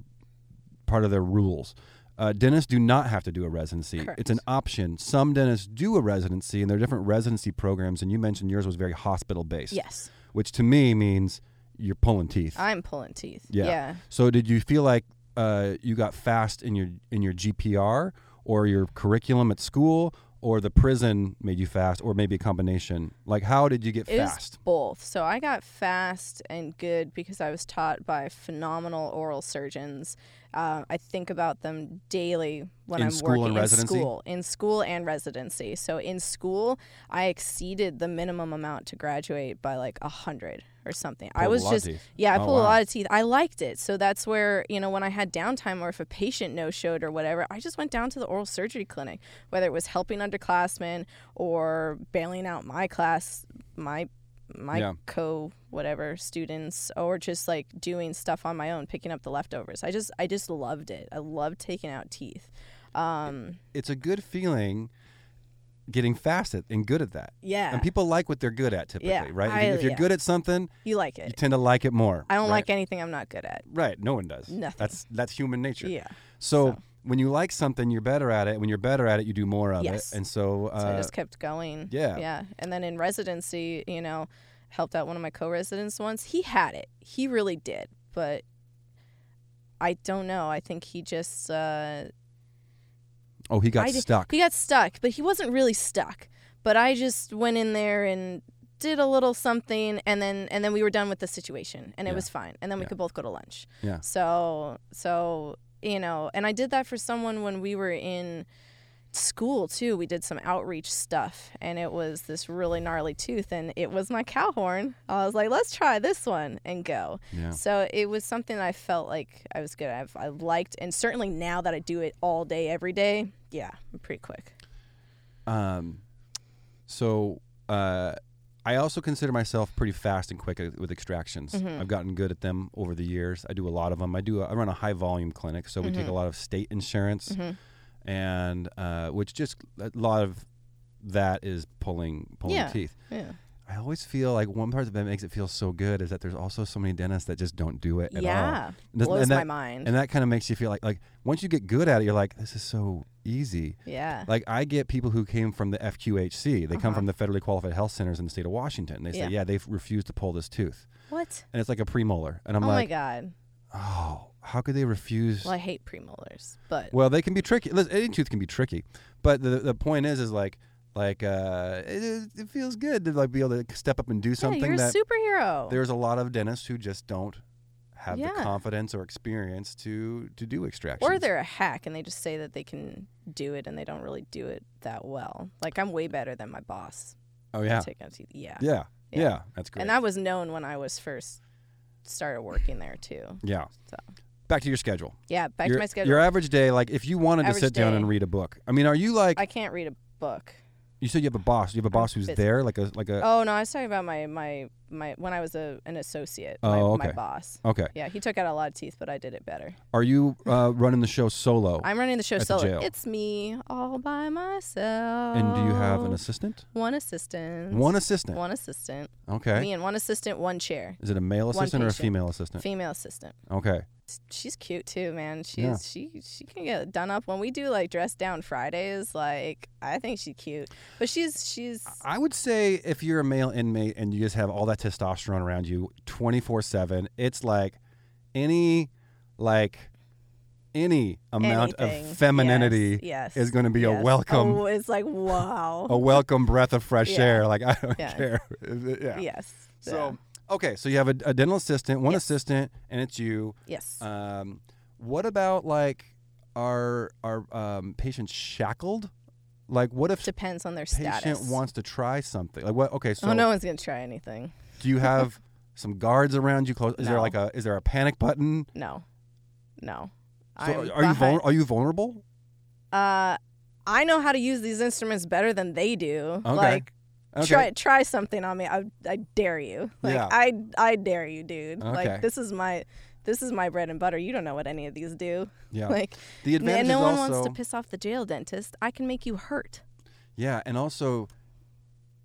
[SPEAKER 1] part of their rules. Uh, dentists do not have to do a residency. It's an option. Some dentists do a residency, and there are different residency programs. And you mentioned yours was very hospital based,
[SPEAKER 2] Yes.
[SPEAKER 1] which to me means you're pulling teeth.
[SPEAKER 2] I'm pulling teeth.
[SPEAKER 1] Yeah.
[SPEAKER 2] yeah.
[SPEAKER 1] So did you feel like uh, you got fast in your in your GPR or your curriculum at school or the prison made you fast or maybe a combination? Like how did you get
[SPEAKER 2] It was
[SPEAKER 1] fast?
[SPEAKER 2] both. So I got fast and good because I was taught by phenomenal oral surgeons. Uh, I think about them daily when
[SPEAKER 1] In
[SPEAKER 2] I'm
[SPEAKER 1] school and
[SPEAKER 2] working in
[SPEAKER 1] residency?
[SPEAKER 2] school, in school and residency. So in school, I exceeded the minimum amount to graduate by like a hundred or something. I
[SPEAKER 1] Pulled a
[SPEAKER 2] was
[SPEAKER 1] lot of
[SPEAKER 2] just
[SPEAKER 1] teeth.
[SPEAKER 2] yeah, I
[SPEAKER 1] Oh,
[SPEAKER 2] pulled a
[SPEAKER 1] wow.
[SPEAKER 2] lot of uh, teeth. I liked it, so that's where you know when I had downtime or if a patient no showed or whatever, I just went down to the oral surgery clinic, whether it was helping underclassmen or bailing out my class, my my
[SPEAKER 1] Yeah.
[SPEAKER 2] co whatever students or just like doing stuff on my own picking up the leftovers i just i just loved it i loved taking out teeth um
[SPEAKER 1] It's a good feeling getting fast at and good at that.
[SPEAKER 2] yeah
[SPEAKER 1] And people like what they're good at typically,
[SPEAKER 2] Yeah,
[SPEAKER 1] right? If,
[SPEAKER 2] I-
[SPEAKER 1] you- if you're
[SPEAKER 2] yeah.
[SPEAKER 1] good at something,
[SPEAKER 2] you like
[SPEAKER 1] you
[SPEAKER 2] it
[SPEAKER 1] tend to like it more.
[SPEAKER 2] i don't
[SPEAKER 1] right?
[SPEAKER 2] like anything i'm not good at
[SPEAKER 1] Right, no one does.
[SPEAKER 2] Nothing.
[SPEAKER 1] That's that's human nature.
[SPEAKER 2] yeah
[SPEAKER 1] So,
[SPEAKER 2] so.
[SPEAKER 1] when you like something, you're better at it. When you're better at it, you do more of
[SPEAKER 2] Yes.
[SPEAKER 1] it. And so, uh,
[SPEAKER 2] so i just kept going
[SPEAKER 1] yeah.
[SPEAKER 2] yeah and then in residency you know helped out one of my co-residents once he had it he really did but i don't know i think he just uh
[SPEAKER 1] oh, he got
[SPEAKER 2] I did-
[SPEAKER 1] stuck.
[SPEAKER 2] He got stuck, but he wasn't really stuck. But I just went in there and did a little something and then and then we were done with the situation and it
[SPEAKER 1] Yeah.
[SPEAKER 2] was fine. And then we
[SPEAKER 1] Yeah.
[SPEAKER 2] could both go to lunch.
[SPEAKER 1] Yeah.
[SPEAKER 2] So so you know, and I did that for someone when we were in school too. We did some outreach stuff and it was this really gnarly tooth and it was my cow horn. I was like, let's try this one and go.
[SPEAKER 1] yeah.
[SPEAKER 2] So it was something I felt like I was good. I've I liked, and certainly now that I do it all day, every day, yeah, I'm pretty quick.
[SPEAKER 1] Um, so uh, I also consider myself pretty fast and quick uh, with extractions.
[SPEAKER 2] Mm-hmm.
[SPEAKER 1] I've gotten good at them over the years. I do a lot of them. I do. I run a high volume clinic, so we
[SPEAKER 2] Mm-hmm.
[SPEAKER 1] take a lot of state insurance, and uh, which just a lot of that is pulling pulling
[SPEAKER 2] Yeah.
[SPEAKER 1] teeth.
[SPEAKER 2] Yeah,
[SPEAKER 1] I always feel like one part that makes it feel so good is that there's also so many dentists that just don't do it at all.
[SPEAKER 2] yeah,
[SPEAKER 1] And doesn't-
[SPEAKER 2] blows
[SPEAKER 1] and that,
[SPEAKER 2] my mind.
[SPEAKER 1] And that kind of makes you feel like like once you get good at it, you're like, this is so easy.
[SPEAKER 2] yeah,
[SPEAKER 1] Like I get people who came from the FQHC. They come
[SPEAKER 2] Uh-huh.
[SPEAKER 1] from the federally qualified health centers in the state of Washington. They say, yeah,
[SPEAKER 2] Yeah.
[SPEAKER 1] they've refused to pull this tooth,
[SPEAKER 2] what?
[SPEAKER 1] and it's like a premolar. And I'm
[SPEAKER 2] oh
[SPEAKER 1] like,
[SPEAKER 2] my god.
[SPEAKER 1] oh, how could they refuse?
[SPEAKER 2] Well, I hate premolars, but
[SPEAKER 1] well, they can be tricky. Listen, any tooth can be tricky, but the the point is, is like. Like uh, it, it feels good to like be able to step up and do something
[SPEAKER 2] yeah, you're
[SPEAKER 1] that
[SPEAKER 2] a superhero.
[SPEAKER 1] there's a lot of dentists who just don't have the
[SPEAKER 2] Yeah.
[SPEAKER 1] confidence or experience to to do extractions.
[SPEAKER 2] Or they're a hack and they just say that they can do it and they don't really do it that well. Like I'm way better than my boss.
[SPEAKER 1] oh
[SPEAKER 2] at
[SPEAKER 1] yeah.
[SPEAKER 2] taking out teeth. Yeah.
[SPEAKER 1] yeah, yeah,
[SPEAKER 2] Yeah.
[SPEAKER 1] that's great.
[SPEAKER 2] And that was known when I was first started working there too.
[SPEAKER 1] yeah,
[SPEAKER 2] So
[SPEAKER 1] back to your schedule.
[SPEAKER 2] yeah, back
[SPEAKER 1] your,
[SPEAKER 2] to my schedule.
[SPEAKER 1] Your average day, like if you wanted to
[SPEAKER 2] Average
[SPEAKER 1] sit down
[SPEAKER 2] day.
[SPEAKER 1] and read a book, I mean, are you like
[SPEAKER 2] I can't read a book.
[SPEAKER 1] you said you have a boss? You have a boss who's
[SPEAKER 2] busy.
[SPEAKER 1] there, like a like a
[SPEAKER 2] Oh no, I was talking about my my my when I was a, an associate. my,
[SPEAKER 1] Oh,
[SPEAKER 2] my
[SPEAKER 1] okay.
[SPEAKER 2] boss.
[SPEAKER 1] okay.
[SPEAKER 2] Yeah, he took out a lot of teeth, but I did it better.
[SPEAKER 1] Are you uh, running the show solo?
[SPEAKER 2] I'm running the show
[SPEAKER 1] At the
[SPEAKER 2] solo.
[SPEAKER 1] jail.
[SPEAKER 2] It's me all by myself.
[SPEAKER 1] and do you have an assistant?
[SPEAKER 2] one assistant?
[SPEAKER 1] One assistant.
[SPEAKER 2] One assistant.
[SPEAKER 1] okay.
[SPEAKER 2] Me and one assistant, one chair.
[SPEAKER 1] Is it a male
[SPEAKER 2] one
[SPEAKER 1] assistant or a
[SPEAKER 2] patient.
[SPEAKER 1] female assistant?
[SPEAKER 2] Female assistant.
[SPEAKER 1] okay.
[SPEAKER 2] She's cute too, man. She's
[SPEAKER 1] Yeah.
[SPEAKER 2] she she can get done up when we do like dress down Fridays. Like I think she's cute, but she's she's
[SPEAKER 1] I would say if you're a male inmate and you just have all that testosterone around you 24/7, it's like any like any amount
[SPEAKER 2] anything.
[SPEAKER 1] of femininity
[SPEAKER 2] Yes, yes,
[SPEAKER 1] is going to be a
[SPEAKER 2] yes.
[SPEAKER 1] welcome
[SPEAKER 2] Oh, it's like wow.
[SPEAKER 1] a welcome breath of fresh
[SPEAKER 2] Yeah.
[SPEAKER 1] air. Like I don't
[SPEAKER 2] Yeah.
[SPEAKER 1] care. yeah.
[SPEAKER 2] Yes. Yeah.
[SPEAKER 1] So okay, so you have a, a dental assistant, one
[SPEAKER 2] Yes.
[SPEAKER 1] assistant, and it's you.
[SPEAKER 2] yes.
[SPEAKER 1] Um, what about like are are um, patients shackled? Like what if
[SPEAKER 2] depends on their
[SPEAKER 1] patient
[SPEAKER 2] status.
[SPEAKER 1] wants to try something? Like what? Okay, so
[SPEAKER 2] oh, no one's gonna try anything.
[SPEAKER 1] do you have some guards around you? Close? Is there
[SPEAKER 2] No.
[SPEAKER 1] like a is there a panic button?
[SPEAKER 2] No, no.
[SPEAKER 1] So
[SPEAKER 2] I'm
[SPEAKER 1] are- are you
[SPEAKER 2] behind-
[SPEAKER 1] vul- are you vulnerable?
[SPEAKER 2] Uh, I know how to use these instruments better than they do.
[SPEAKER 1] Okay.
[SPEAKER 2] Like,
[SPEAKER 1] Okay.
[SPEAKER 2] try try something on me. I, I dare you. Like,
[SPEAKER 1] Yeah.
[SPEAKER 2] I I dare you, dude.
[SPEAKER 1] Okay.
[SPEAKER 2] Like, this is my this is my bread and butter. You don't know what any of these do.
[SPEAKER 1] Yeah.
[SPEAKER 2] Like,
[SPEAKER 1] the advantage
[SPEAKER 2] and
[SPEAKER 1] is
[SPEAKER 2] no one
[SPEAKER 1] also
[SPEAKER 2] wants to piss off the jail dentist. I can make you hurt.
[SPEAKER 1] yeah, and also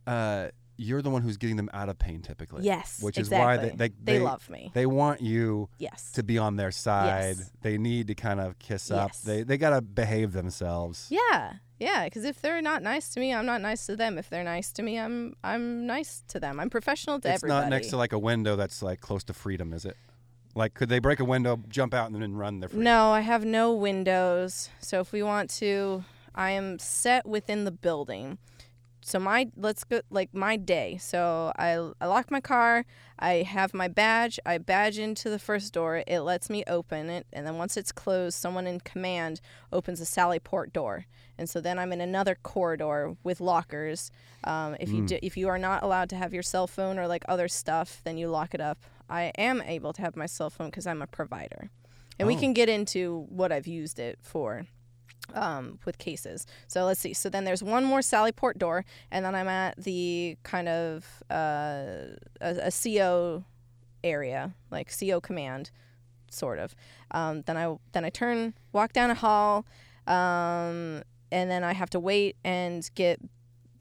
[SPEAKER 1] uh, you're the one who's getting them out of pain typically.
[SPEAKER 2] yes.
[SPEAKER 1] which is why
[SPEAKER 2] exactly.
[SPEAKER 1] they they,
[SPEAKER 2] they love me.
[SPEAKER 1] they want you
[SPEAKER 2] yes.
[SPEAKER 1] to be on their side.
[SPEAKER 2] Yes.
[SPEAKER 1] They need to kind of kiss up.
[SPEAKER 2] Yes.
[SPEAKER 1] They they gotta behave themselves.
[SPEAKER 2] Yeah, yeah. Because if they're not nice to me, I'm not nice to them. If they're nice to me, I'm I'm nice to them. I'm professional to
[SPEAKER 1] It's
[SPEAKER 2] everybody.
[SPEAKER 1] not next to like a window that's like close to freedom, is it? Like, could they break a window, jump out, and then run? They're free.
[SPEAKER 2] no, I have no windows. So if we want to, I am set within the building. so my let's go like my day. So I I lock my car. I have my badge. I badge into the first door. It lets me open it, and then once it's closed, someone in command opens the Sally Port door, and so then I'm in another corridor with lockers. Um, if you do, if you are not allowed to have your cell phone or like other stuff, then you lock it up. I am able to have my cell phone because I'm a provider, and we
[SPEAKER 1] Oh.
[SPEAKER 2] can get into what I've used it for um, with cases. So let's see. So then there's one more Sallyport door, and then I'm at the kind of uh, a, a CO area, like CO command, sort of. Um, then I then I turn, walk down a hall, um, and then I have to wait and get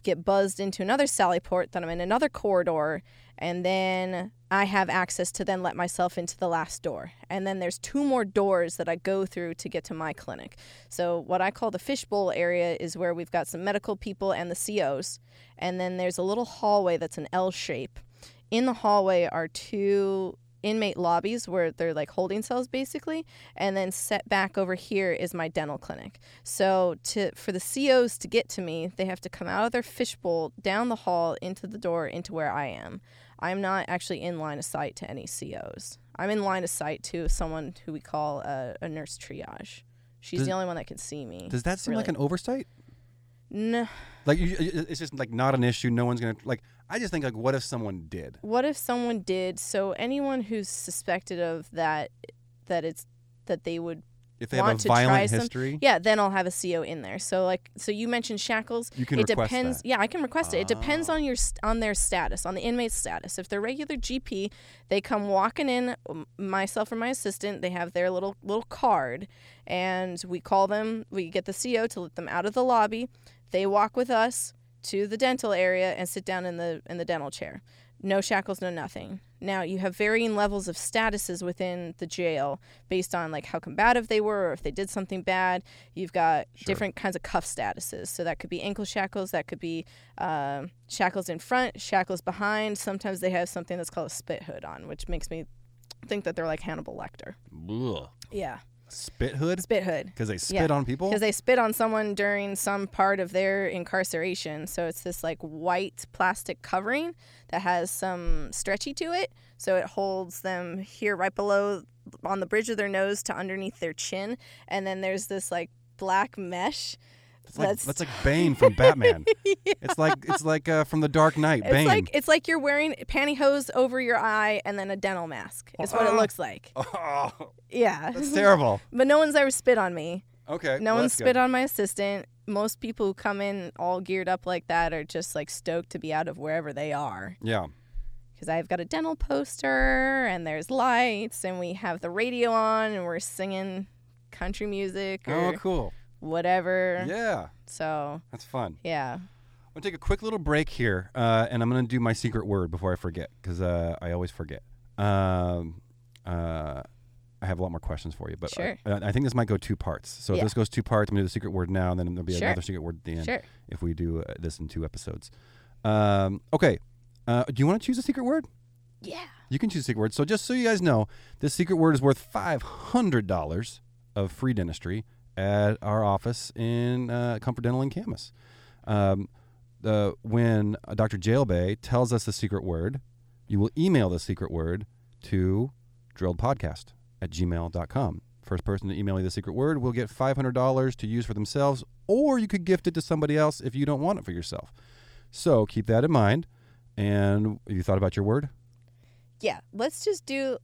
[SPEAKER 2] get buzzed into another Sallyport. Then I'm in another corridor, and then I have access to then let myself into the last door. And then there's two more doors that I go through to get to my clinic. So what I call the fishbowl area is where we've got some medical people and the COs, and then there's a little hallway that's an L shape. In the hallway are two inmate lobbies where they're like holding cells basically and then set back over here is my dental clinic so to for the cos to get to me they have to come out of their fishbowl down the hall into the door into where i am i'm not actually in line of sight to any cos i'm in line of sight to someone who we call a, a nurse triage she's
[SPEAKER 1] Does-
[SPEAKER 2] the only one that can see me
[SPEAKER 1] Does that seem like an
[SPEAKER 2] Really.
[SPEAKER 1] oversight?
[SPEAKER 2] no
[SPEAKER 1] Like you, you- it's just like not an issue. No one's gonna like. I just think like, what if someone did?
[SPEAKER 2] what if someone did so anyone who's suspected of that that it's that they would
[SPEAKER 1] If they have
[SPEAKER 2] Want
[SPEAKER 1] a
[SPEAKER 2] to try
[SPEAKER 1] violent
[SPEAKER 2] some-
[SPEAKER 1] history,
[SPEAKER 2] yeah then i'll have a co in there so like so you mentioned shackles
[SPEAKER 1] you can
[SPEAKER 2] it
[SPEAKER 1] request
[SPEAKER 2] depends
[SPEAKER 1] that.
[SPEAKER 2] yeah i can request it it depends
[SPEAKER 1] Ah.
[SPEAKER 2] on your st- on their status on the inmate's status if they're regular gp they come walking in m- myself or my assistant they have their little little card and we call them we get the co to let them out of the lobby they walk with us to the dental area and sit down in the in the dental chair no shackles no nothing now you have varying levels of statuses within the jail based on like how combative they were or if they did something bad you've got
[SPEAKER 1] Sure.
[SPEAKER 2] different kinds of cuff statuses so that could be ankle shackles that could be um shackles in front shackles behind sometimes they have something that's called a spit hood on which makes me think that they're like hannibal lecter
[SPEAKER 1] Ugh.
[SPEAKER 2] yeah
[SPEAKER 1] Spit hood
[SPEAKER 2] spit hood
[SPEAKER 1] because they spit on people.
[SPEAKER 2] because they spit on someone during some part of their incarceration. So it's this like white plastic covering that has some stretchy to it. So it holds them here right below on the bridge of their nose to underneath their chin. And then there's this like black mesh.
[SPEAKER 1] It's like,
[SPEAKER 2] That's-
[SPEAKER 1] that's like Bane from Batman. It's like it's like uh, from the Dark Knight. Bane.
[SPEAKER 2] It's like it's like you're wearing pantyhose over your eye and then a dental mask. Is what it
[SPEAKER 1] Ah.
[SPEAKER 2] looks like.
[SPEAKER 1] oh,
[SPEAKER 2] Yeah.
[SPEAKER 1] that's terrible.
[SPEAKER 2] But no one's ever spit on me.
[SPEAKER 1] Okay.
[SPEAKER 2] No
[SPEAKER 1] well,
[SPEAKER 2] one
[SPEAKER 1] that's good.
[SPEAKER 2] spit on my assistant. Most people who come in all geared up like that are just like stoked to be out of wherever they are.
[SPEAKER 1] Yeah.
[SPEAKER 2] Because I've got a dental poster and there's lights and we have the radio on and we're singing country music
[SPEAKER 1] Oh,
[SPEAKER 2] or
[SPEAKER 1] cool.
[SPEAKER 2] whatever.
[SPEAKER 1] Yeah,
[SPEAKER 2] So,
[SPEAKER 1] that's fun.
[SPEAKER 2] yeah.
[SPEAKER 1] I'm gonna take a quick little break here, uh, and I'm gonna do my secret word before I forget because uh, I always forget. Um, uh, I have a lot more questions for you, but
[SPEAKER 2] Sure.
[SPEAKER 1] I, I think this might go two parts. So if
[SPEAKER 2] Yeah.
[SPEAKER 1] this goes two parts, I'm gonna do the secret word now, and then there'll be
[SPEAKER 2] Sure.
[SPEAKER 1] another secret word at the end
[SPEAKER 2] Sure.
[SPEAKER 1] if we do uh, this in two episodes. Um, okay, uh, do you want to choose a secret word?
[SPEAKER 2] Yeah.
[SPEAKER 1] You can choose a secret word. So just so you guys know, this secret word is worth five hundred dollars of free dentistry at our office in uh, Comfort Dental in Camas. Um, uh, when uh, Dr. Jailbay tells us the secret word, you will email the secret word to drilledpodcast at gmail.com. First person to email you the secret word will get $500 to use for themselves, or you could gift it to somebody else if you don't want it for yourself. So keep that in mind. And have you thought about your word?
[SPEAKER 2] Yeah. Let's just do,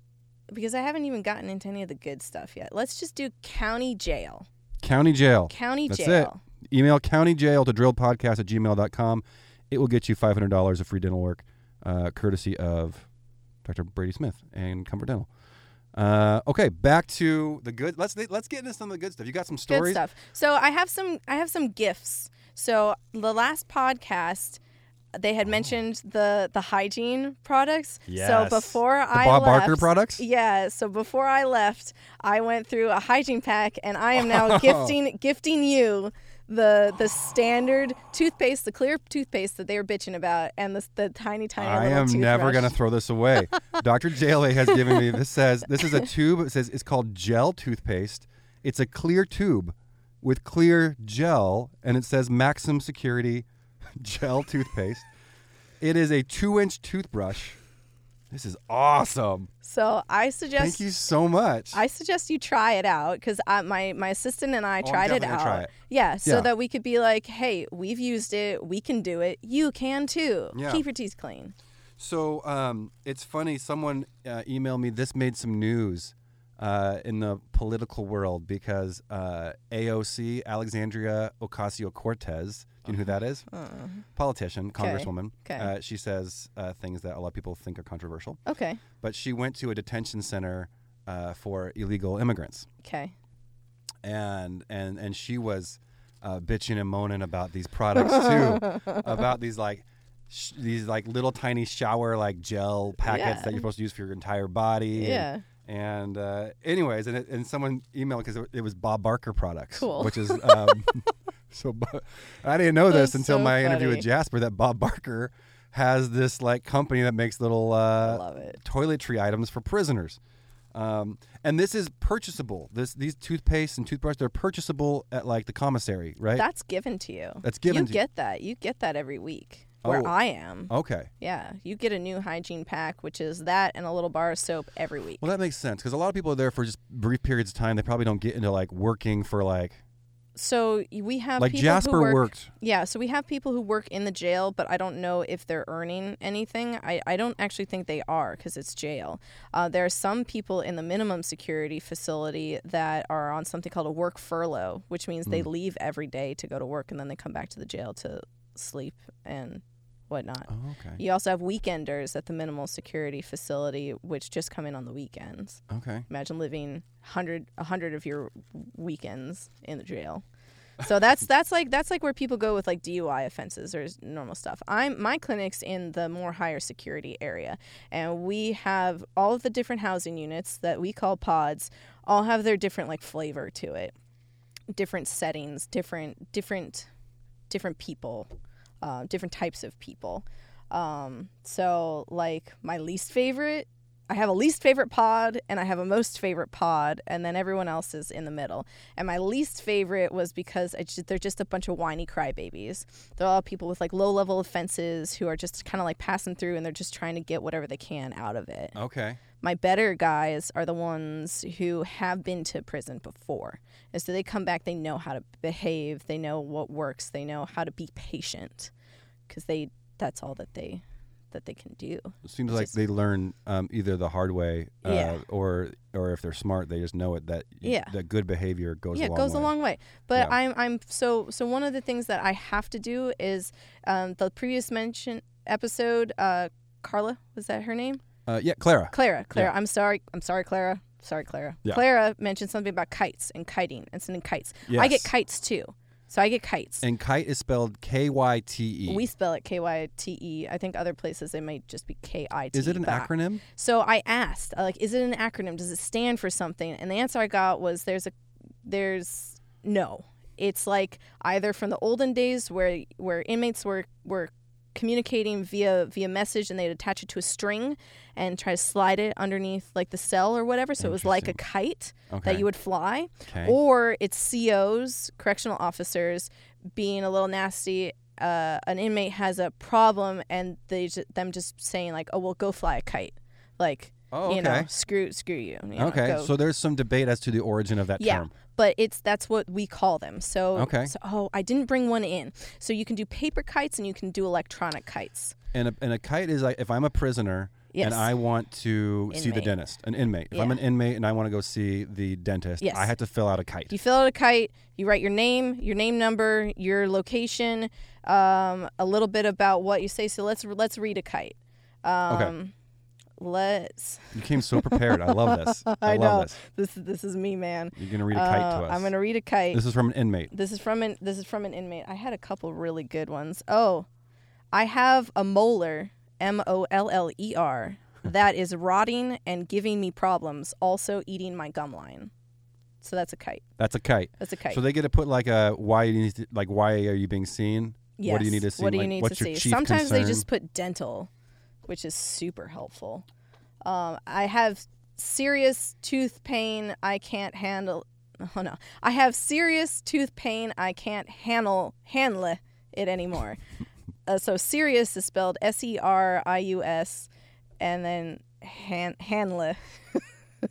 [SPEAKER 2] because I haven't even gotten into any of the good stuff yet. Let's just do county jail.
[SPEAKER 1] County Jail.
[SPEAKER 2] County
[SPEAKER 1] That's it.
[SPEAKER 2] jail.
[SPEAKER 1] Email county jail to drilledpodcast at gmail.com. It will get you $500 of free dental work, uh, courtesy of Dr. Brady Smith and Comfort Dental. Uh, okay, back to the good. Let's let's get into some of the good stuff. You got some
[SPEAKER 2] Good
[SPEAKER 1] stories.
[SPEAKER 2] stuff. So I have some I have some gifts. So the last podcast they had mentioned the the hygiene products.
[SPEAKER 1] Yes.
[SPEAKER 2] So before
[SPEAKER 1] The
[SPEAKER 2] I
[SPEAKER 1] Bob
[SPEAKER 2] left,
[SPEAKER 1] Barker products.
[SPEAKER 2] Yeah, so before I left, I went through a hygiene pack and I am
[SPEAKER 1] Oh.
[SPEAKER 2] now gifting gifting you the the standard toothpaste, the clear toothpaste that they were bitching about and the, the tiny tiny
[SPEAKER 1] I
[SPEAKER 2] little
[SPEAKER 1] am never
[SPEAKER 2] toothbrush.
[SPEAKER 1] gonna throw this away. Dr. Jaley has given me this says this is a tube. It says it's called gel toothpaste. It's a clear tube with clear gel, and it says Maxim Security gel toothpaste. It is a two inch toothbrush. This is awesome.
[SPEAKER 2] So I
[SPEAKER 1] Thank
[SPEAKER 2] suggest
[SPEAKER 1] you so much.
[SPEAKER 2] I suggest you try it out because my my assistant and I
[SPEAKER 1] Oh, I'm
[SPEAKER 2] tried it
[SPEAKER 1] definitely
[SPEAKER 2] out.
[SPEAKER 1] gonna try it.
[SPEAKER 2] Yeah, so
[SPEAKER 1] Yeah.
[SPEAKER 2] that we could be like, hey, we've used it, we can do it, you can too.
[SPEAKER 1] Yeah.
[SPEAKER 2] Keep your teeth clean.
[SPEAKER 1] So um, it's funny. Someone uh, emailed me. This made some news uh, in the political world because uh, AOC, Alexandria Ocasio Cortez, do you know who that is? Politician, congresswoman.
[SPEAKER 2] 'Kay.
[SPEAKER 1] Uh, she says uh, things that a lot of people think are controversial.
[SPEAKER 2] Okay,
[SPEAKER 1] But she went to a detention center uh, for illegal immigrants
[SPEAKER 2] okay.
[SPEAKER 1] and and and she was uh, bitching and moaning about these products too, about these like sh- these like little tiny shower like gel packets
[SPEAKER 2] Yeah.
[SPEAKER 1] that you're supposed to use for your entire body. and-
[SPEAKER 2] Yeah.
[SPEAKER 1] And uh, anyways, and it, and someone emailed because it, it was Bob Barker products,
[SPEAKER 2] Cool.
[SPEAKER 1] which is um, so. Bo- I didn't know this
[SPEAKER 2] That's
[SPEAKER 1] until
[SPEAKER 2] so
[SPEAKER 1] my interview with
[SPEAKER 2] funny.
[SPEAKER 1] Jasper that Bob Barker has this like company that makes little
[SPEAKER 2] I
[SPEAKER 1] uh,
[SPEAKER 2] love it.
[SPEAKER 1] toiletry items for prisoners. Um, and this is purchasable. This these toothpaste and toothbrush they're purchasable at like the commissary, right?
[SPEAKER 2] That's given to you.
[SPEAKER 1] That's given
[SPEAKER 2] You
[SPEAKER 1] to you.
[SPEAKER 2] get that. You get that every week. Where
[SPEAKER 1] Oh.
[SPEAKER 2] I am.
[SPEAKER 1] okay.
[SPEAKER 2] Yeah, you get a new hygiene pack, which is that and a little bar of soap every week.
[SPEAKER 1] Well, that makes sense because a lot of people are there for just brief periods of time. They probably don't get into like working for like
[SPEAKER 2] So y- we have
[SPEAKER 1] like
[SPEAKER 2] people
[SPEAKER 1] Jasper
[SPEAKER 2] who work,
[SPEAKER 1] worked.
[SPEAKER 2] Yeah, so we have people who work in the jail, but I don't know if they're earning anything. I, I don't actually think they are because it's jail. Uh, there are some people in the minimum security facility that are on something called a work furlough, which means they leave every day to go to work and then they come back to the jail to sleep and whatnot.
[SPEAKER 1] Oh, okay.
[SPEAKER 2] You also have weekenders at the minimal security facility, which just come in on the weekends.
[SPEAKER 1] Okay.
[SPEAKER 2] Imagine living hundred a hundred of your weekends in the jail. So that's that's like that's like where people go with like DUI offenses or s- normal stuff. I'm my clinic's in the more higher security area, and we have all of the different housing units that we call pods. All have their different like flavor to it, different settings, different different different people, uh, different types of people. Um, so like my least favorite, I have a least favorite pod and I have a most favorite pod, and then everyone else is in the middle. And my least favorite was because I just, they're just a bunch of whiny crybabies. They're all people with like low level offenses who are just kind of like passing through and they're just trying to get whatever they can out of it
[SPEAKER 1] Okay.
[SPEAKER 2] my better guys are the ones who have been to prison before. And so they come back, they know how to behave, they know what works, they know how to be patient because they that's all that they that they can do.
[SPEAKER 1] It seems like they learn um, either the hard way, uh,
[SPEAKER 2] Yeah.
[SPEAKER 1] or or if they're smart, they just know it that
[SPEAKER 2] Yeah.
[SPEAKER 1] that good behavior goes.
[SPEAKER 2] yeah,
[SPEAKER 1] a
[SPEAKER 2] it
[SPEAKER 1] long
[SPEAKER 2] goes
[SPEAKER 1] way.
[SPEAKER 2] a long way. But
[SPEAKER 1] Yeah.
[SPEAKER 2] I'm I'm so so one of the things that I have to do is um, the previous mention episode uh, Carla was that her name?
[SPEAKER 1] Uh, yeah, Clara.
[SPEAKER 2] Clara, Clara, I'm sorry. I'm sorry, Clara. Sorry, Clara.
[SPEAKER 1] Yeah.
[SPEAKER 2] Clara mentioned something about kites and kiting and sending kites. I
[SPEAKER 1] Yes.
[SPEAKER 2] get kites too. So I get kites.
[SPEAKER 1] And kite is spelled K Y T E.
[SPEAKER 2] we spell it K Y T E. I think other places it might just be K I T.
[SPEAKER 1] Is it an acronym?
[SPEAKER 2] So I asked, I like, is it an acronym? Does it stand for something? And the answer I got was there's a there's no. It's like either from the olden days where where inmates were were communicating via via message and they'd attach it to a string and try to slide it underneath like the cell or whatever. So it was like a kite
[SPEAKER 1] Okay.
[SPEAKER 2] that you would fly.
[SPEAKER 1] Okay.
[SPEAKER 2] Or it's COs, correctional officers, being a little nasty. Uh, an inmate has a problem, and they ju- them just saying like, "Oh, well, go fly a kite," like
[SPEAKER 1] Oh,
[SPEAKER 2] you know,
[SPEAKER 1] okay.
[SPEAKER 2] screw screw you. you know,
[SPEAKER 1] Okay,
[SPEAKER 2] go-
[SPEAKER 1] so there's some debate as to the origin of that
[SPEAKER 2] yeah,
[SPEAKER 1] term.
[SPEAKER 2] but it's that's what we call them. So
[SPEAKER 1] Okay.
[SPEAKER 2] so, oh, I didn't bring one in. So you can do paper kites and you can do electronic kites.
[SPEAKER 1] And a, and a kite is like if I'm a prisoner
[SPEAKER 2] Yes.
[SPEAKER 1] and I want to see the
[SPEAKER 2] Inmate.
[SPEAKER 1] dentist, an inmate. If I'm
[SPEAKER 2] Yeah.
[SPEAKER 1] an inmate and I want to go see the dentist,
[SPEAKER 2] Yes.
[SPEAKER 1] I have to fill out a kite.
[SPEAKER 2] You fill out a kite. You write your name, your name number, your location, um, a little bit about what you say. So let's let's read a kite. Um,
[SPEAKER 1] Okay.
[SPEAKER 2] Let's.
[SPEAKER 1] You came so prepared. I love this. I, love this.
[SPEAKER 2] This is this is me, man.
[SPEAKER 1] You're gonna read a kite
[SPEAKER 2] Uh,
[SPEAKER 1] to us.
[SPEAKER 2] I'm gonna read a kite.
[SPEAKER 1] This is from an inmate.
[SPEAKER 2] This is from an this is from an inmate. I had a couple really good ones. Oh, I have a molar, M O L L E R, that is rotting and giving me problems, also eating my gum line. So that's a kite.
[SPEAKER 1] That's a kite.
[SPEAKER 2] That's a kite.
[SPEAKER 1] So they get to put like a why you need to, like why are you being seen? What do you
[SPEAKER 2] Yes.
[SPEAKER 1] need to see?
[SPEAKER 2] What do you
[SPEAKER 1] Like,
[SPEAKER 2] need
[SPEAKER 1] what's
[SPEAKER 2] to
[SPEAKER 1] your
[SPEAKER 2] see?
[SPEAKER 1] chief
[SPEAKER 2] Sometimes they
[SPEAKER 1] concern?
[SPEAKER 2] just put dental, which is super helpful. Um, I have serious tooth pain I can't handle. Oh no, I have serious tooth pain I can't handle handle it anymore. uh, so Sirius is spelled S E R I U S, and then Han- Hanle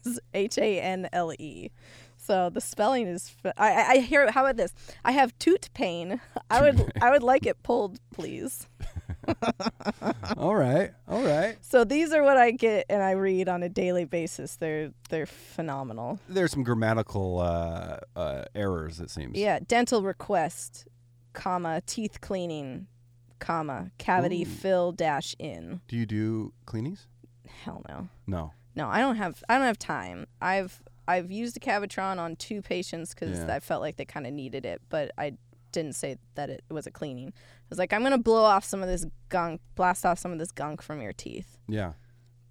[SPEAKER 2] is H A N L E. So the spelling is. f- I, I- I hear. How about this? I have toot pain. I would. I would like it pulled, please.
[SPEAKER 1] all right, all right.
[SPEAKER 2] So these are what I get and I read on a daily basis. They're they're phenomenal.
[SPEAKER 1] There's some grammatical uh, uh, errors, it seems.
[SPEAKER 2] Yeah, dental request, comma teeth cleaning, comma cavity
[SPEAKER 1] Ooh.
[SPEAKER 2] fill dash in.
[SPEAKER 1] Do you do cleanings?
[SPEAKER 2] Hell no.
[SPEAKER 1] No.
[SPEAKER 2] No, I don't have I don't have time. I've I've used a Cavitron on two patients because
[SPEAKER 1] Yeah.
[SPEAKER 2] I felt like they kind of needed it, but I didn't say that it was a cleaning. I was like, I'm gonna blow off some of this gunk, blast off some of this gunk from your teeth,
[SPEAKER 1] Yeah.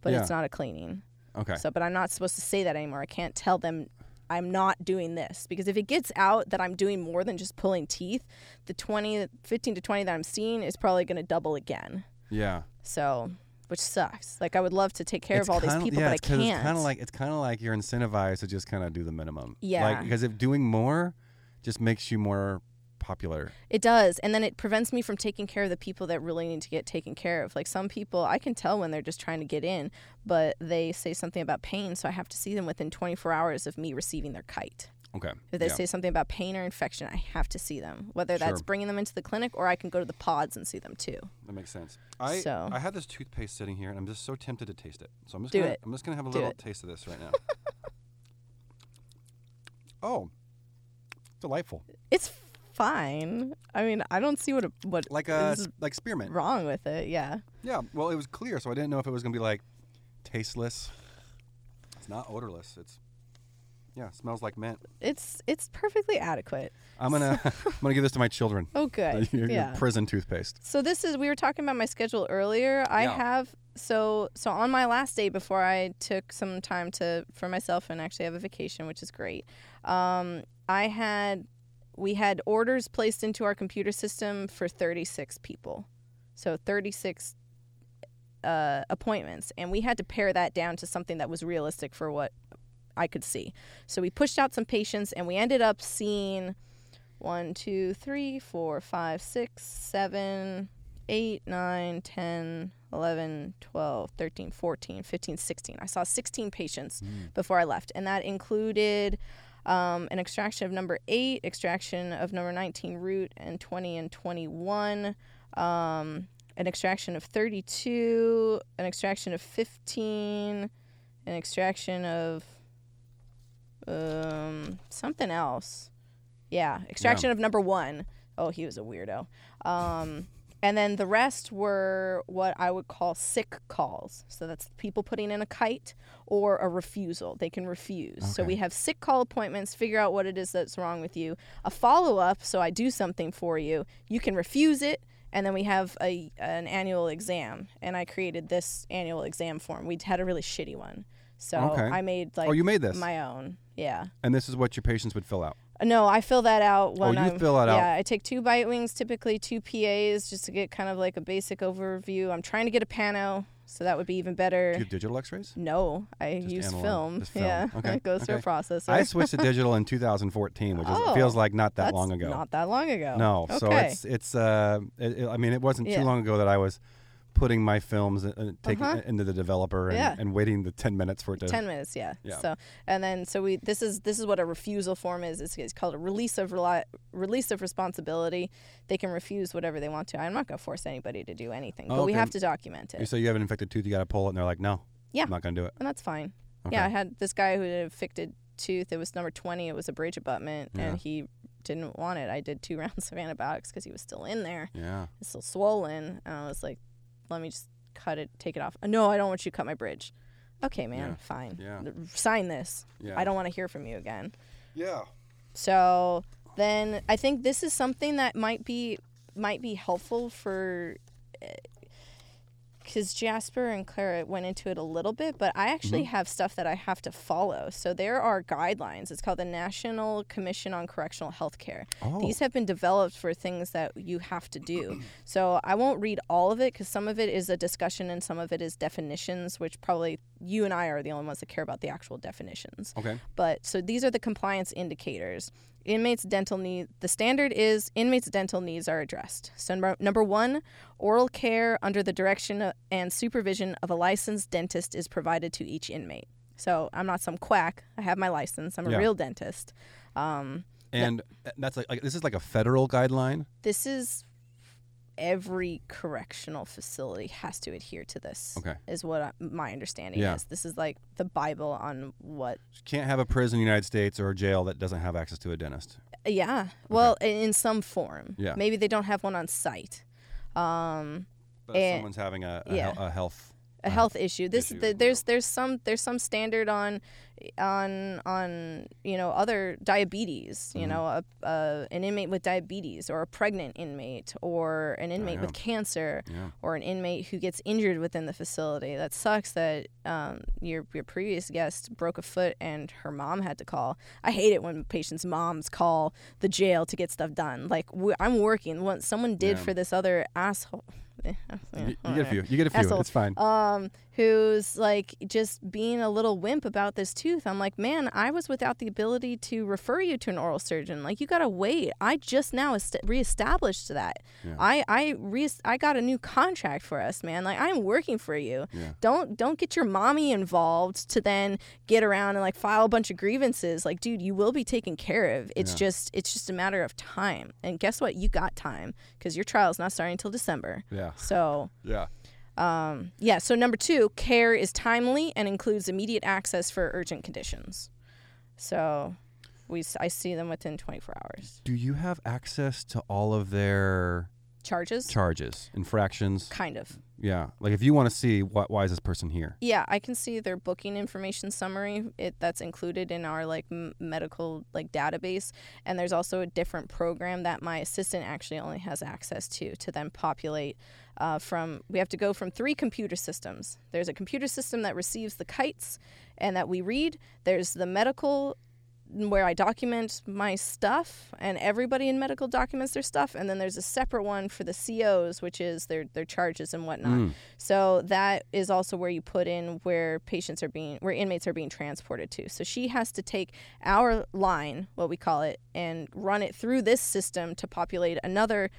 [SPEAKER 2] but
[SPEAKER 1] Yeah.
[SPEAKER 2] it's not a cleaning.
[SPEAKER 1] Okay.
[SPEAKER 2] So, but I'm not supposed to say that anymore. I can't tell them I'm not doing this because if it gets out that I'm doing more than just pulling teeth, the 20, 15 to 20 that I'm seeing is probably going to double again.
[SPEAKER 1] yeah.
[SPEAKER 2] So, which sucks. Like I would love to take care
[SPEAKER 1] It's
[SPEAKER 2] of all these
[SPEAKER 1] kinda-
[SPEAKER 2] people,
[SPEAKER 1] yeah,
[SPEAKER 2] but I
[SPEAKER 1] it's 'cause
[SPEAKER 2] can't.
[SPEAKER 1] It's kind of like it's kind of like you're incentivized to just kind of do the minimum.
[SPEAKER 2] Yeah.
[SPEAKER 1] Because if doing more, just makes you more popular.
[SPEAKER 2] It does. And then it prevents me from taking care of the people that really need to get taken care of. Like some people, I can tell when they're just trying to get in, but they say something about pain, so I have to see them within 24 hours of me receiving their kite.
[SPEAKER 1] Okay.
[SPEAKER 2] If they
[SPEAKER 1] yeah.
[SPEAKER 2] say something about pain or infection, I have to see them, whether that's
[SPEAKER 1] Sure.
[SPEAKER 2] bringing them into the clinic or I can go to the pods and see them too.
[SPEAKER 1] That makes sense. I
[SPEAKER 2] So-
[SPEAKER 1] I have this toothpaste sitting here, and I'm just so tempted to taste it. So I'm just
[SPEAKER 2] Do
[SPEAKER 1] gonna
[SPEAKER 2] it.
[SPEAKER 1] I'm just gonna have a
[SPEAKER 2] Do
[SPEAKER 1] little
[SPEAKER 2] it.
[SPEAKER 1] taste of this right now. oh, delightful!
[SPEAKER 2] It's fine. I mean, I don't see what a, what
[SPEAKER 1] Like a
[SPEAKER 2] is
[SPEAKER 1] like spearmint.
[SPEAKER 2] wrong with it. Yeah.
[SPEAKER 1] Yeah. Well, it was clear, so I didn't know if it was gonna be like tasteless. It's not odorless. It's yeah, it smells like mint.
[SPEAKER 2] It's it's perfectly adequate.
[SPEAKER 1] I'm gonna I'm gonna give this to my children.
[SPEAKER 2] Oh good.
[SPEAKER 1] Your- your
[SPEAKER 2] yeah.
[SPEAKER 1] prison toothpaste.
[SPEAKER 2] So this is we were talking about my schedule earlier. I
[SPEAKER 1] Yeah.
[SPEAKER 2] have so so on my last day before I took some time to for myself and actually have a vacation, which is great. Um, I had we had orders placed into our computer system for 36 people. So 36 uh, appointments and we had to pare that down to something that was realistic for what I could see. So we pushed out some patients and we ended up seeing one, two, three, four, five, six, seven, eight, nine, 10, 11, 12, 13, 14, 15, 16. I saw 16 patients before I left, and that included um, an extraction of number eight, extraction of number 19 root, and 20 and 21. Um, an extraction of 32, an extraction of 15, an extraction of um, something else. Yeah, extraction of number one. Oh, he was a weirdo. Um, and then the rest were what I would call sick calls. So that's people putting in a kite or a refusal. They can refuse. So
[SPEAKER 1] Okay.
[SPEAKER 2] we have sick call appointments, figure out what it is that's wrong with you, a follow up, so I do something for you. You can refuse it. And then we have a, an annual exam. And I created this annual exam form. We had a really shitty one. So
[SPEAKER 1] Okay.
[SPEAKER 2] I made like
[SPEAKER 1] oh, you made this,
[SPEAKER 2] my own. Yeah.
[SPEAKER 1] and this is what your patients would fill out.
[SPEAKER 2] No, I fill that out when
[SPEAKER 1] Oh, you
[SPEAKER 2] I'm,
[SPEAKER 1] fill that out.
[SPEAKER 2] Yeah, I take two bite wings, typically two PAs, just to get kind of like a basic overview. I'm trying to get a pano, so that would be even better.
[SPEAKER 1] Do you have digital X-rays?
[SPEAKER 2] no, I
[SPEAKER 1] Just
[SPEAKER 2] use
[SPEAKER 1] analog,
[SPEAKER 2] film.
[SPEAKER 1] just film.
[SPEAKER 2] Yeah,
[SPEAKER 1] Okay,
[SPEAKER 2] it goes through a
[SPEAKER 1] okay.
[SPEAKER 2] processor.
[SPEAKER 1] I switched to digital in 2014, which is,
[SPEAKER 2] Oh,
[SPEAKER 1] feels like not that
[SPEAKER 2] That's
[SPEAKER 1] long ago.
[SPEAKER 2] Not that long ago.
[SPEAKER 1] no,
[SPEAKER 2] Okay.
[SPEAKER 1] so it's it's. Uh, it, it- I mean, it wasn't
[SPEAKER 2] Yeah.
[SPEAKER 1] too long ago that I was putting my films uh, uh, taking
[SPEAKER 2] Uh-huh.
[SPEAKER 1] into the developer and,
[SPEAKER 2] Yeah.
[SPEAKER 1] and waiting the 10 minutes for it to.
[SPEAKER 2] Ten minutes, yeah.
[SPEAKER 1] Yeah.
[SPEAKER 2] So and then so we this is this is what a refusal form is. It's, it's called a release of reli- release of responsibility. They can refuse whatever they want to. I'm not going to force anybody to do anything,
[SPEAKER 1] Oh,
[SPEAKER 2] but we
[SPEAKER 1] okay.
[SPEAKER 2] have to document it.
[SPEAKER 1] You say you have an infected tooth, you got to pull it, and they're like, "No,
[SPEAKER 2] Yeah.
[SPEAKER 1] I'm not going to do it."
[SPEAKER 2] and that's fine.
[SPEAKER 1] Okay.
[SPEAKER 2] Yeah, I had this guy who had an affected tooth. It was number 20. It was a bridge abutment,
[SPEAKER 1] Yeah.
[SPEAKER 2] and he didn't want it. I did two rounds of antibiotics because he was still in there,
[SPEAKER 1] Yeah.
[SPEAKER 2] It's still swollen. And I was like, let me just cut it, take it off. No, I don't want you to cut my bridge. Okay, man,
[SPEAKER 1] Yeah.
[SPEAKER 2] fine.
[SPEAKER 1] Yeah.
[SPEAKER 2] Sign this.
[SPEAKER 1] Yeah.
[SPEAKER 2] I don't want to hear from you again.
[SPEAKER 1] Yeah.
[SPEAKER 2] So then I think this is something that might be might be helpful for because Jasper and Clara went into it a little bit, but I actually have stuff that I have to follow. So there are guidelines. It's called the National Commission on Correctional Healthcare.
[SPEAKER 1] Oh.
[SPEAKER 2] These have been developed for things that you have to do. so I won't read all of it because some of it is a discussion and some of it is definitions, which probably you and I are the only ones that care about the actual definitions
[SPEAKER 1] Okay.
[SPEAKER 2] but so these are the compliance indicators Inmates' dental needs. The standard is inmates' dental needs are addressed. So number, number one, oral care under the direction o- and supervision of a licensed dentist is provided to each inmate. So I'm not some quack. I have my license. I'm a
[SPEAKER 1] Yeah.
[SPEAKER 2] real dentist. Um,
[SPEAKER 1] And uh, that's like, like this is like a federal guideline.
[SPEAKER 2] this is every correctional facility has to adhere to this.
[SPEAKER 1] Okay.
[SPEAKER 2] Is what I, my understanding
[SPEAKER 1] Yeah.
[SPEAKER 2] is. This is like the Bible on what
[SPEAKER 1] You can't have a prison in the United States or a jail that doesn't have access to a dentist.
[SPEAKER 2] Yeah. Well, i in some form.
[SPEAKER 1] Yeah.
[SPEAKER 2] Maybe they don't have one on site. Um,
[SPEAKER 1] But
[SPEAKER 2] Eh,
[SPEAKER 1] if someone's having a, a,
[SPEAKER 2] yeah.
[SPEAKER 1] hel- a health.
[SPEAKER 2] a
[SPEAKER 1] Uh,
[SPEAKER 2] health issue. This
[SPEAKER 1] issue,
[SPEAKER 2] the,
[SPEAKER 1] yeah.
[SPEAKER 2] there's there's some there's some standard on on on you know other diabetes.
[SPEAKER 1] Mm-hmm.
[SPEAKER 2] You know, a, a, an inmate with diabetes or a pregnant inmate or an inmate with cancer
[SPEAKER 1] Yeah.
[SPEAKER 2] or an inmate who gets injured within the facility. That sucks that um, your your previous guest broke a foot and her mom had to call. I hate it when patients' moms call the jail to get stuff done. Like we- I'm working. What someone did
[SPEAKER 1] Yeah.
[SPEAKER 2] for this other asshole. eh, Yeah,
[SPEAKER 1] You, you get a
[SPEAKER 2] whatever
[SPEAKER 1] few. You get a few.
[SPEAKER 2] Asshole.
[SPEAKER 1] It's fine.
[SPEAKER 2] um, who's like just being a little wimp about this tooth. I'm like, man, I was without the ability to refer you to an oral surgeon. Like, you gotta wait. I just now est- reestablished that.
[SPEAKER 1] Yeah.
[SPEAKER 2] I I re- I got a new contract for us, man. Like, I'm working for you.
[SPEAKER 1] Yeah.
[SPEAKER 2] Don't don't get your mommy involved to then get around and like file a bunch of grievances. Like, dude, you will be taken care of. It's
[SPEAKER 1] Yeah.
[SPEAKER 2] just it's just a matter of time. And guess what? You got time because your trial's not starting until December.
[SPEAKER 1] yeah.
[SPEAKER 2] So.
[SPEAKER 1] Yeah.
[SPEAKER 2] Um, yeah, so number two, care is timely and includes immediate access for urgent conditions. So we, s- I see them within 24 hours.
[SPEAKER 1] Do you have access to all of their
[SPEAKER 2] Charges?
[SPEAKER 1] charges, infractions?
[SPEAKER 2] kind of.
[SPEAKER 1] Yeah. Like if you want to see why, why is this person here?
[SPEAKER 2] Yeah, I can see their booking information summary. It that's included in our like m- medical like database, and there's also a different program that my assistant actually only has access to to then populate. Uh, from we have to go from three computer systems. There's a computer system that receives the kites and that we read. There's the medical where I document my stuff and everybody in medical documents their stuff and then there's a separate one for the COs which is their their charges and whatnot. So that is also where you put in where patients are being where inmates are being transported to. So she has to take our line, what we call it, and run it through this system to populate another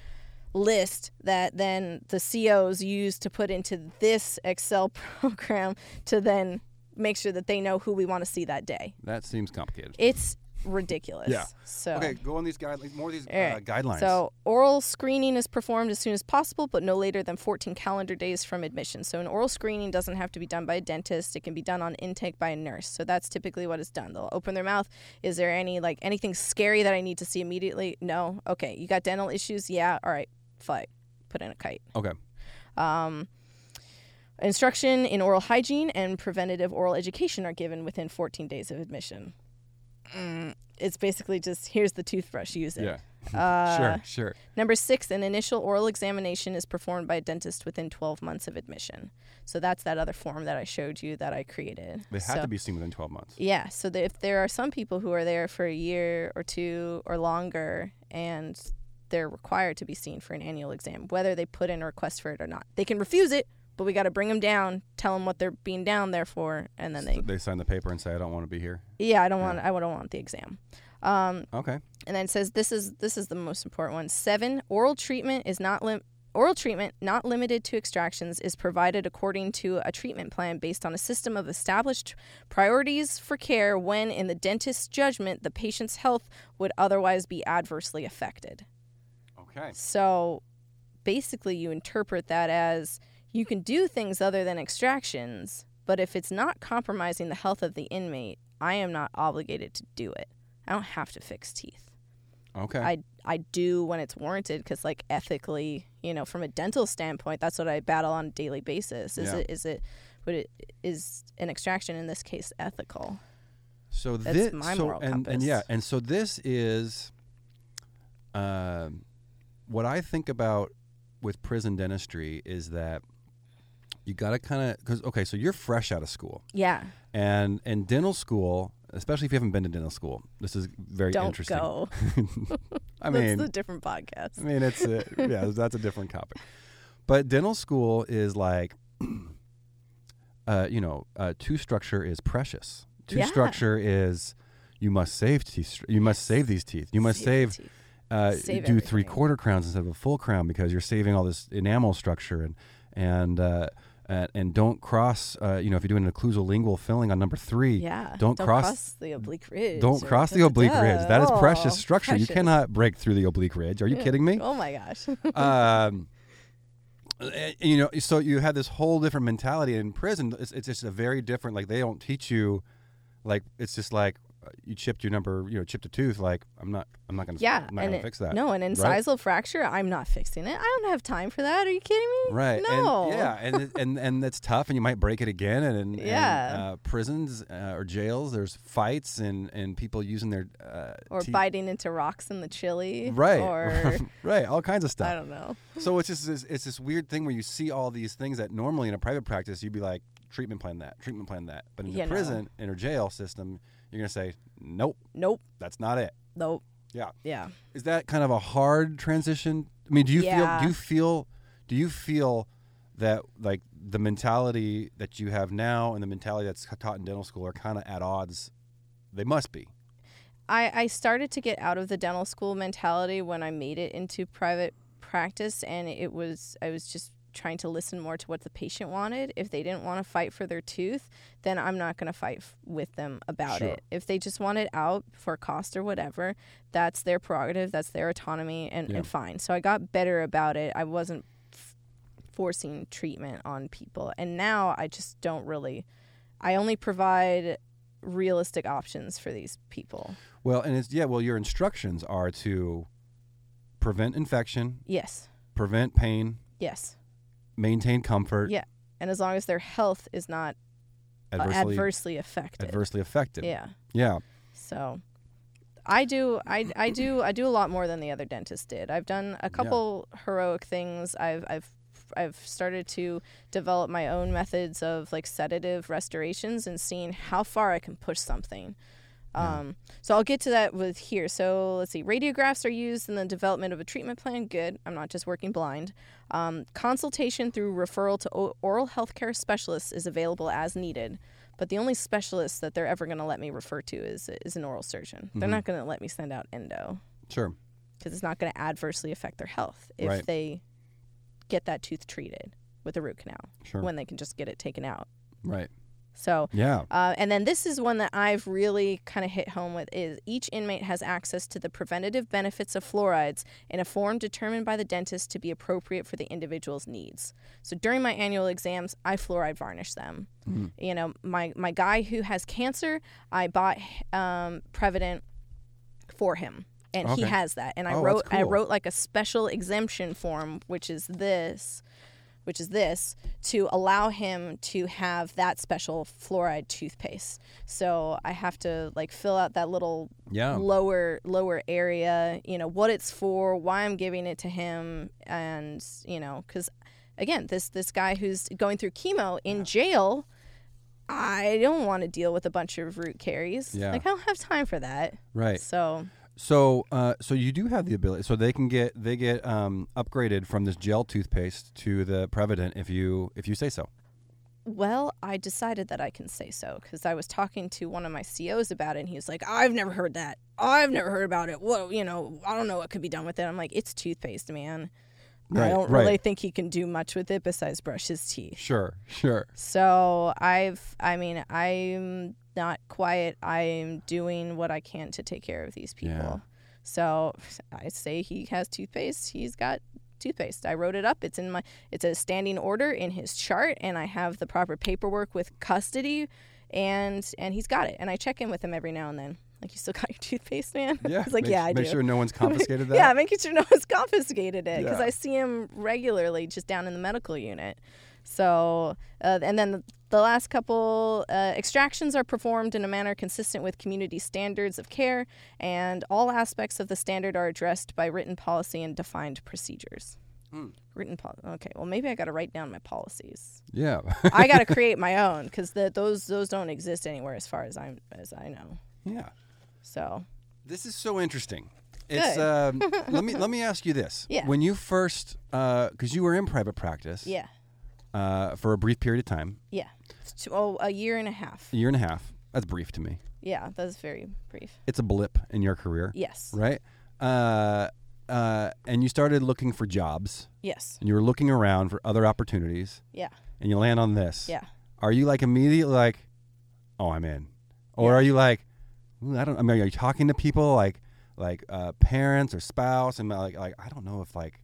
[SPEAKER 2] list that then the COs use to put into this Excel program to then make sure that they know who we want to see that day.
[SPEAKER 1] That seems complicated.
[SPEAKER 2] It's ridiculous.
[SPEAKER 1] Yeah.
[SPEAKER 2] So
[SPEAKER 1] okay, go on these guidelines. More of these
[SPEAKER 2] All right.
[SPEAKER 1] uh, guidelines.
[SPEAKER 2] so oral screening is performed as soon as possible, but no later than 14 calendar days from admission. So an oral screening doesn't have to be done by a dentist; it can be done on intake by a nurse. So that's typically what is done. They'll open their mouth. Is there any like anything scary that I need to see immediately? No. Okay, you got dental issues? Yeah. All right. Fine. Put in a kite.
[SPEAKER 1] okay.
[SPEAKER 2] Um, instruction in oral hygiene and preventative oral education are given within 14 days of admission. Mm, it's basically just here's the toothbrush, use it.
[SPEAKER 1] Yeah.
[SPEAKER 2] Uh,
[SPEAKER 1] sure. Sure.
[SPEAKER 2] Number six, an initial oral examination is performed by a dentist within 12 months of admission. So that's that other form that I showed you that I created.
[SPEAKER 1] They have
[SPEAKER 2] So-
[SPEAKER 1] to be seen within 12 months.
[SPEAKER 2] Yeah. So that if there are some people who are there for a year or two or longer and they're required to be seen for an annual exam, whether they put in a request for it or not, they can refuse it, but we got to bring them down, tell them what they're being down there for, and then they,
[SPEAKER 1] They sign the paper and say, "I don't want to be here."
[SPEAKER 2] yeah, I don't want, I don't want the exam. Um,
[SPEAKER 1] Okay.
[SPEAKER 2] and then it says this is this is the most important one. Seven, oral treatment is not lim- oral treatment not limited to extractions is provided according to a treatment plan based on a system of established priorities for care when, in the dentist's judgment, the patient's health would otherwise be adversely affected.
[SPEAKER 1] Okay.
[SPEAKER 2] So basically, you interpret that as you can do things other than extractions, but if it's not compromising the health of the inmate, I am not obligated to do it. I don't have to fix teeth.
[SPEAKER 1] Okay.
[SPEAKER 2] I I do when it's warranted because like ethically, you know, from a dental standpoint, that's what I battle on a daily basis. Is
[SPEAKER 1] Yeah.
[SPEAKER 2] it is it would it is an extraction in this case ethical?
[SPEAKER 1] so
[SPEAKER 2] that's
[SPEAKER 1] this.
[SPEAKER 2] my
[SPEAKER 1] so,
[SPEAKER 2] moral
[SPEAKER 1] and, and
[SPEAKER 2] compass.
[SPEAKER 1] yeah, and so this is, um, what I think about with prison dentistry is that you got to kind of because okay, so you're fresh out of school,
[SPEAKER 2] Yeah,
[SPEAKER 1] and in dental school, especially if you haven't been to dental school, this is very
[SPEAKER 2] don't
[SPEAKER 1] interesting.
[SPEAKER 2] go.
[SPEAKER 1] I
[SPEAKER 2] that's
[SPEAKER 1] mean,
[SPEAKER 2] a different podcast.
[SPEAKER 1] I mean, it's a, yeah, that's a different topic. But dental school is like, uh, you know, uh, tooth structure is precious. Tooth
[SPEAKER 2] Yeah.
[SPEAKER 1] structure is, you must save teeth. You must save these teeth. You must
[SPEAKER 2] Save
[SPEAKER 1] save,
[SPEAKER 2] the teeth.
[SPEAKER 1] uh,
[SPEAKER 2] Save
[SPEAKER 1] do three
[SPEAKER 2] everything.
[SPEAKER 1] quarter crowns instead of a full crown because you're saving all this enamel structure and and uh, and, and don't cross. Uh, you know, if you're doing an occlusal lingual filling on number three,
[SPEAKER 2] Yeah.
[SPEAKER 1] don't, cross
[SPEAKER 2] the oblique ridge.
[SPEAKER 1] don't
[SPEAKER 2] or
[SPEAKER 1] cross the oblique
[SPEAKER 2] da-da-da.
[SPEAKER 1] ridge. That is precious
[SPEAKER 2] Oh,
[SPEAKER 1] structure. You
[SPEAKER 2] precious.
[SPEAKER 1] cannot break through the oblique ridge. Are you kidding me?
[SPEAKER 2] Oh my gosh.
[SPEAKER 1] um, and, you know, so you have this whole different mentality in prison. It's, it's just a very different. Like they don't teach you, like it's just like uh, you chipped your number, you know, chipped a tooth. Like I'm not, I'm not gonna,
[SPEAKER 2] yeah.
[SPEAKER 1] I'm not
[SPEAKER 2] and
[SPEAKER 1] gonna
[SPEAKER 2] it-
[SPEAKER 1] fix that.
[SPEAKER 2] No, an incisal fracture, I'm not fixing it. I don't have time for that. Are you kidding me?
[SPEAKER 1] Right.
[SPEAKER 2] No.
[SPEAKER 1] And, yeah. And, it- and and that's tough, and you might break it again. And, and, and,
[SPEAKER 2] Yeah.
[SPEAKER 1] uh, prisons uh, or jails, there's fights and and people using their uh,
[SPEAKER 2] Or
[SPEAKER 1] teeth.
[SPEAKER 2] biting into rocks in the chili.
[SPEAKER 1] Right.
[SPEAKER 2] Or
[SPEAKER 1] right. All kinds of stuff.
[SPEAKER 2] I don't know.
[SPEAKER 1] So it's just this, it's this weird thing where you see all these things that normally in a private practice you'd be like treatment plan that treatment plan that, but in
[SPEAKER 2] Yeah,
[SPEAKER 1] the
[SPEAKER 2] no.
[SPEAKER 1] prison in a jail system you're gonna say nope
[SPEAKER 2] Nope.
[SPEAKER 1] that's not it.
[SPEAKER 2] Nope.
[SPEAKER 1] Yeah,
[SPEAKER 2] Yeah.
[SPEAKER 1] is that kind of a hard transition? I mean, do you feel
[SPEAKER 2] Yeah.
[SPEAKER 1] do you feel do you feel that like the mentality that you have now and the mentality that's taught in dental school are kind of at odds? They must be.
[SPEAKER 2] I, I started to get out of the dental school mentality when I made it into private practice and it was I was just trying to listen more to what the patient wanted. If they didn't want to fight for their tooth, then I'm not going to fight f- with them about
[SPEAKER 1] Sure.
[SPEAKER 2] it. If they just want it out for cost or whatever, that's their prerogative, that's their autonomy and,
[SPEAKER 1] Yeah.
[SPEAKER 2] and fine. So I got better about it. I wasn't f- forcing treatment on people. And now I just don't really I only provide realistic options for these people.
[SPEAKER 1] Well, and it's yeah. Well, your instructions are to prevent infection,
[SPEAKER 2] Yes.
[SPEAKER 1] prevent pain,
[SPEAKER 2] Yes.
[SPEAKER 1] maintain comfort.
[SPEAKER 2] Yeah. And as long as their health is not uh,
[SPEAKER 1] adversely
[SPEAKER 2] adversely affected.
[SPEAKER 1] adversely affected.
[SPEAKER 2] Yeah.
[SPEAKER 1] Yeah.
[SPEAKER 2] So I do I, I do I do a lot more than the other dentist did. I've done a couple heroic things. I've I've I've started to develop my own methods of like sedative restorations and seeing how far I can push something. Um, so I'll get to that with here. So let's see. Radiographs are used in the development of a treatment plan. Good. I'm not just working blind. Um, consultation through referral to o- oral health care specialists is available as needed. But the only specialist that they're ever going to let me refer to is, is an oral surgeon.
[SPEAKER 1] Mm-hmm.
[SPEAKER 2] They're not going to let me send out endo
[SPEAKER 1] Sure.
[SPEAKER 2] because it's not going to adversely affect their health if
[SPEAKER 1] Right.
[SPEAKER 2] they get that tooth treated with a root canal
[SPEAKER 1] Sure.
[SPEAKER 2] when they can just get it taken out.
[SPEAKER 1] right.
[SPEAKER 2] So
[SPEAKER 1] Yeah.
[SPEAKER 2] uh, and then this is one that I've really kind of hit home with is each inmate has access to the preventative benefits of fluorides in a form determined by the dentist to be appropriate for the individual's needs. So during my annual exams, I fluoride varnish them.
[SPEAKER 1] Mm-hmm.
[SPEAKER 2] You know, my my guy who has cancer, I bought um, Prevident for him. And he
[SPEAKER 1] Okay.
[SPEAKER 2] has that, and I
[SPEAKER 1] Oh, that's
[SPEAKER 2] wrote I
[SPEAKER 1] cool.
[SPEAKER 2] wrote like a special exemption form, which is this, which is this, to allow him to have that special fluoride toothpaste. So I have to like fill out that little
[SPEAKER 1] Yeah.
[SPEAKER 2] lower lower area, you know, what it's for, why I'm giving it to him, and you know, because again, this this guy who's going through chemo in jail. I don't want to deal with a bunch of root caries.
[SPEAKER 1] Yeah.
[SPEAKER 2] Like I don't have time for that.
[SPEAKER 1] Right.
[SPEAKER 2] So
[SPEAKER 1] So, uh, so you do have the ability. So they can get they get um, upgraded from this gel toothpaste to the Prevident if you if you say so.
[SPEAKER 2] Well, I decided that I can say so because I was talking to one of my COs about it, and he was like, "I've never heard that. I've never heard about it. Well, you know, I don't know what could be done with it." I'm like, "It's toothpaste, man. I
[SPEAKER 1] Right,
[SPEAKER 2] don't
[SPEAKER 1] right.
[SPEAKER 2] really think he can do much with it besides brush his teeth."
[SPEAKER 1] Sure. Sure.
[SPEAKER 2] So I've, I mean, I'm not quiet. I'm doing what I can to take care of these people.
[SPEAKER 1] Yeah.
[SPEAKER 2] So I say he has toothpaste. He's got toothpaste. I wrote it up. It's in my, it's a standing order in his chart, and I have the proper paperwork with custody, and and he's got it. And I check in with him every now and then. Like, you still got your toothpaste, man?
[SPEAKER 1] Yeah.
[SPEAKER 2] He's like,
[SPEAKER 1] make,
[SPEAKER 2] yeah, I
[SPEAKER 1] make
[SPEAKER 2] do.
[SPEAKER 1] sure no one's confiscated that.
[SPEAKER 2] Yeah, making sure no one's confiscated it because
[SPEAKER 1] Yeah.
[SPEAKER 2] I see him regularly just down in the medical unit. So, uh, and then the, the last couple uh, extractions are performed in a manner consistent with community standards of care, and all aspects of the standard are addressed by written policy and defined procedures.
[SPEAKER 1] Hmm.
[SPEAKER 2] Written policy. Okay, well maybe I got to write down my policies.
[SPEAKER 1] Yeah.
[SPEAKER 2] I got to create my own because those those don't exist anywhere as far as I'm as I know.
[SPEAKER 1] yeah.
[SPEAKER 2] So
[SPEAKER 1] This is so interesting. It's
[SPEAKER 2] Good.
[SPEAKER 1] um, let me let me ask you this.
[SPEAKER 2] Yeah.
[SPEAKER 1] When you first, because you were in private practice,
[SPEAKER 2] yeah,
[SPEAKER 1] uh, for a brief period of time,
[SPEAKER 2] yeah. It's two, oh, a year and a half.
[SPEAKER 1] a year and a half. That's brief to me.
[SPEAKER 2] Yeah, that was very brief.
[SPEAKER 1] It's a blip in your career,
[SPEAKER 2] Yes.
[SPEAKER 1] right? Uh, uh, and you started looking for jobs,
[SPEAKER 2] Yes.
[SPEAKER 1] and you were looking around for other opportunities,
[SPEAKER 2] Yeah.
[SPEAKER 1] and you land on this.
[SPEAKER 2] Yeah.
[SPEAKER 1] Are you like immediately like, oh, I'm in, or are you like, "Ooh, I don't. I mean, are you talking to people like, like uh, parents or spouse, and like, like I don't know if like,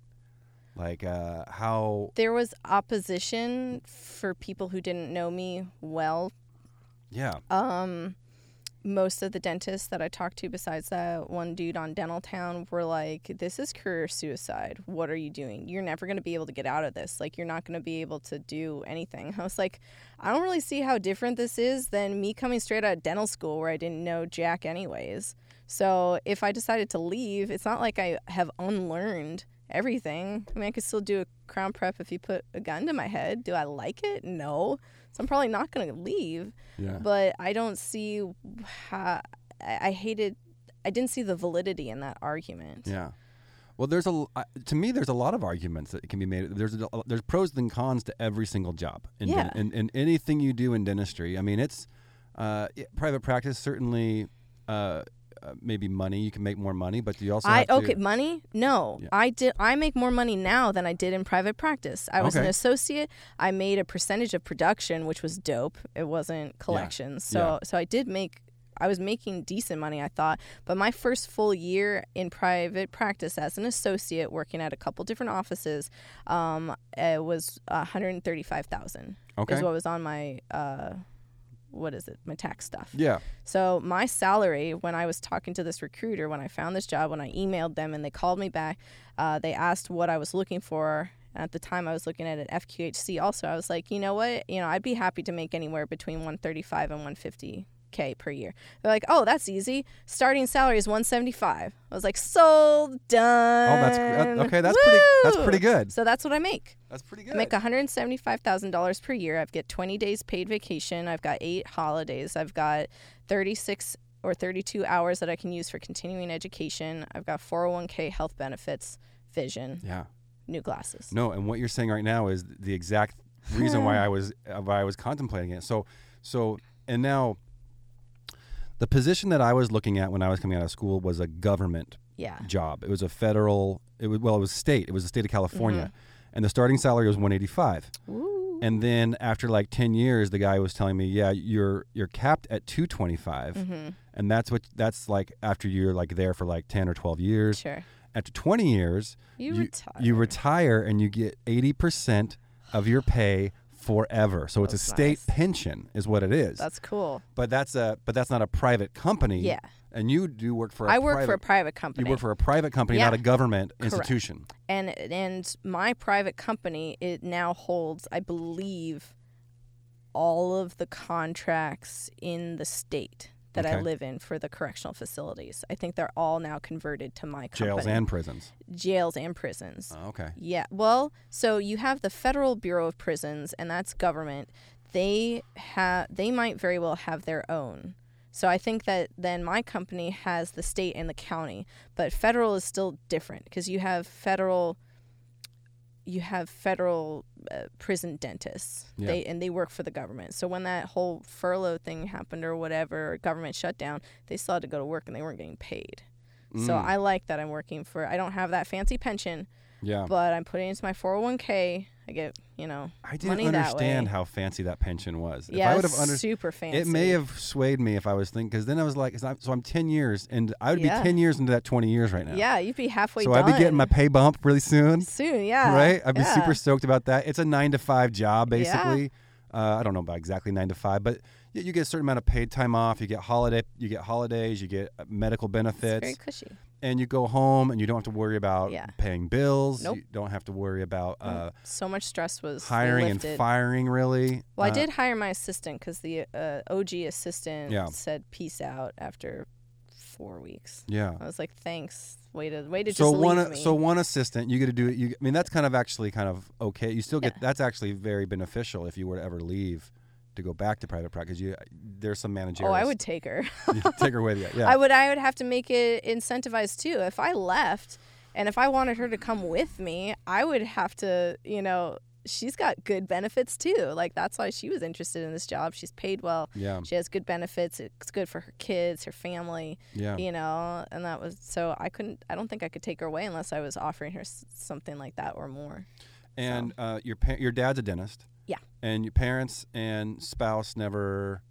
[SPEAKER 1] like uh, how?
[SPEAKER 2] There was opposition for people who didn't know me well.
[SPEAKER 1] Yeah.
[SPEAKER 2] Um, most of the dentists that I talked to, besides that one dude on Dental Town, were like, "This is career suicide. What are you doing? You're never going to be able to get out of this. Like, you're not going to be able to do anything." I was like, "I don't really see how different this is than me coming straight out of dental school where I didn't know jack, anyways." So if I decided to leave, it's not like I have unlearned everything. I mean, I could still do a crown prep if you put a gun to my head. Do I like it? No. So I'm probably not going to leave.
[SPEAKER 1] Yeah.
[SPEAKER 2] But I don't see how I I hated. I didn't see the validity in that argument.
[SPEAKER 1] Yeah. Well, there's a l- I- to me there's a lot of arguments that can be made. There's a, uh, there's pros and cons to every single job in, den-
[SPEAKER 2] Yeah.
[SPEAKER 1] in, in anything you do in dentistry. I mean, it's uh, i- private practice certainly uh, uh, maybe money you can make more money, but you also
[SPEAKER 2] I
[SPEAKER 1] have to-
[SPEAKER 2] okay money? No, I did. I make more money now than I did in private practice. I was
[SPEAKER 1] Okay.
[SPEAKER 2] an associate. I made a percentage of production, which was dope. It wasn't collections, so
[SPEAKER 1] Yeah.
[SPEAKER 2] so I did make. I was making decent money, I thought, but my first full year in private practice as an associate, working at a couple different offices, um, it was one hundred thirty-five thousand.
[SPEAKER 1] Okay.
[SPEAKER 2] Is what was on my uh, what is it? My tax stuff.
[SPEAKER 1] yeah.
[SPEAKER 2] So my salary, when I was talking to this recruiter, when I found this job, when I emailed them and they called me back, uh, they asked what I was looking for. At the time, I was looking at an FQHC. Also, I was like, you know what? You know, I'd be happy to make anywhere between 135 and 150 k per year. They're like, oh, that's easy. Starting salary is 175. I was like, sold,
[SPEAKER 1] Oh,
[SPEAKER 2] done.
[SPEAKER 1] that's gr- uh, okay. That's pretty. That's
[SPEAKER 2] Woo!
[SPEAKER 1] pretty good.
[SPEAKER 2] So that's what I make.
[SPEAKER 1] That's pretty
[SPEAKER 2] I
[SPEAKER 1] good.
[SPEAKER 2] make $175,000 per year. I've got 20 days paid vacation. I've got eight holidays. I've got 36 or 32 hours that I can use for continuing education. I've got 401k health benefits, vision,
[SPEAKER 1] yeah.
[SPEAKER 2] new glasses.
[SPEAKER 1] No, and what you're saying right now is the exact reason why I was uh, why I was contemplating it. So so and now the position that I was looking at when I was coming out of school was a government
[SPEAKER 2] Yeah.
[SPEAKER 1] job. It was a federal it was well, it was state. It was the state of California. And the starting salary was 185.
[SPEAKER 2] Mm-hmm. Ooh.
[SPEAKER 1] And then after like 10 years the guy was telling me, "Yeah, you're you're capped at 225."
[SPEAKER 2] Mm-hmm.
[SPEAKER 1] And that's what that's like after you're like there for like 10 or 12 years.
[SPEAKER 2] Sure.
[SPEAKER 1] After 20 years,
[SPEAKER 2] You retire.
[SPEAKER 1] you retire and you get 80% of your pay forever. So it's a
[SPEAKER 2] That's
[SPEAKER 1] state
[SPEAKER 2] nice.
[SPEAKER 1] pension is what it is.
[SPEAKER 2] That's cool.
[SPEAKER 1] but that's a but that's not a private company.
[SPEAKER 2] Yeah.
[SPEAKER 1] And you do work for a
[SPEAKER 2] I work
[SPEAKER 1] private,
[SPEAKER 2] for a private company.
[SPEAKER 1] you work for a private company,
[SPEAKER 2] Yeah.
[SPEAKER 1] not a government institution.
[SPEAKER 2] and and my private company it now holds i believe all of the contracts in the state that i
[SPEAKER 1] Okay.
[SPEAKER 2] live in for the correctional facilities i think they're all now converted to my company
[SPEAKER 1] Jails and prisons.
[SPEAKER 2] jails and prisons
[SPEAKER 1] Oh, okay.
[SPEAKER 2] yeah well so you have the federal bureau of prisons and that's government they have they might very well have their own so i think that then my company has the state and the county but federal is still different because you have federal you have federal uh, prison dentists
[SPEAKER 1] Yeah.
[SPEAKER 2] they and they work for the government so when that whole furlough thing happened or whatever government shutdown they still had to go to work and they weren't getting paid so
[SPEAKER 1] Mm.
[SPEAKER 2] i like that i'm working for i don't have that fancy pension
[SPEAKER 1] Yeah.
[SPEAKER 2] but I'm putting it into my 401k. I get, you know,
[SPEAKER 1] I didn't
[SPEAKER 2] money
[SPEAKER 1] understand
[SPEAKER 2] that way.
[SPEAKER 1] how fancy that pension was.
[SPEAKER 2] yeah,
[SPEAKER 1] if I would have
[SPEAKER 2] it's
[SPEAKER 1] understood
[SPEAKER 2] super fancy.
[SPEAKER 1] It may have swayed me if I was thinking, because then I was like, 'cause I'm- so I'm 10 years, and I would
[SPEAKER 2] Yeah.
[SPEAKER 1] be 10 years into that 20 years right now.
[SPEAKER 2] Yeah, you'd be halfway.
[SPEAKER 1] so
[SPEAKER 2] done.
[SPEAKER 1] I'd be getting my pay bump really soon.
[SPEAKER 2] soon. Yeah,
[SPEAKER 1] right? I'd be
[SPEAKER 2] yeah.
[SPEAKER 1] super stoked about that. It's a nine to five job,
[SPEAKER 2] Yeah.
[SPEAKER 1] basically. Uh, I don't know about exactly nine to five, but you, you get a certain amount of paid time off. You get holiday, you get holidays, you get uh, medical
[SPEAKER 2] It's very
[SPEAKER 1] benefits,
[SPEAKER 2] cushy.
[SPEAKER 1] and you go home and you don't have to worry about
[SPEAKER 2] Yeah.
[SPEAKER 1] paying bills.
[SPEAKER 2] Nope.
[SPEAKER 1] You don't have to worry about uh,
[SPEAKER 2] So much stress was
[SPEAKER 1] hiring
[SPEAKER 2] lifted.
[SPEAKER 1] and firing. Really?
[SPEAKER 2] Well, I
[SPEAKER 1] Uh,
[SPEAKER 2] did hire my assistant because the uh, OG assistant
[SPEAKER 1] Yeah.
[SPEAKER 2] said peace out after four weeks.
[SPEAKER 1] Yeah.
[SPEAKER 2] I was like, thanks. Way to way to
[SPEAKER 1] So
[SPEAKER 2] Uh, just
[SPEAKER 1] one,
[SPEAKER 2] leave
[SPEAKER 1] a-
[SPEAKER 2] me.
[SPEAKER 1] so one assistant, you get to do it. You, I mean, that's kind of actually kind of okay. You still get that's actually very beneficial if you were to ever leave to go back to private practice. You, there's some
[SPEAKER 2] oh,
[SPEAKER 1] managerial.
[SPEAKER 2] I would take her.
[SPEAKER 1] stuff. take her with you. Yeah.
[SPEAKER 2] I would I would have to make it incentivized too. If I left and if I wanted her to come with me, I would have to, you know, she's got good benefits too. Like that's why she was interested in this job. She's paid well.
[SPEAKER 1] Yeah.
[SPEAKER 2] She has good benefits. It's good for her kids, her family,
[SPEAKER 1] Yeah.
[SPEAKER 2] you know. And that was so I couldn't. I don't think I could take her away unless I was offering her s- something like that or more.
[SPEAKER 1] And uh, your pa- your dad's a dentist.
[SPEAKER 2] Yeah.
[SPEAKER 1] And your parents and spouse never.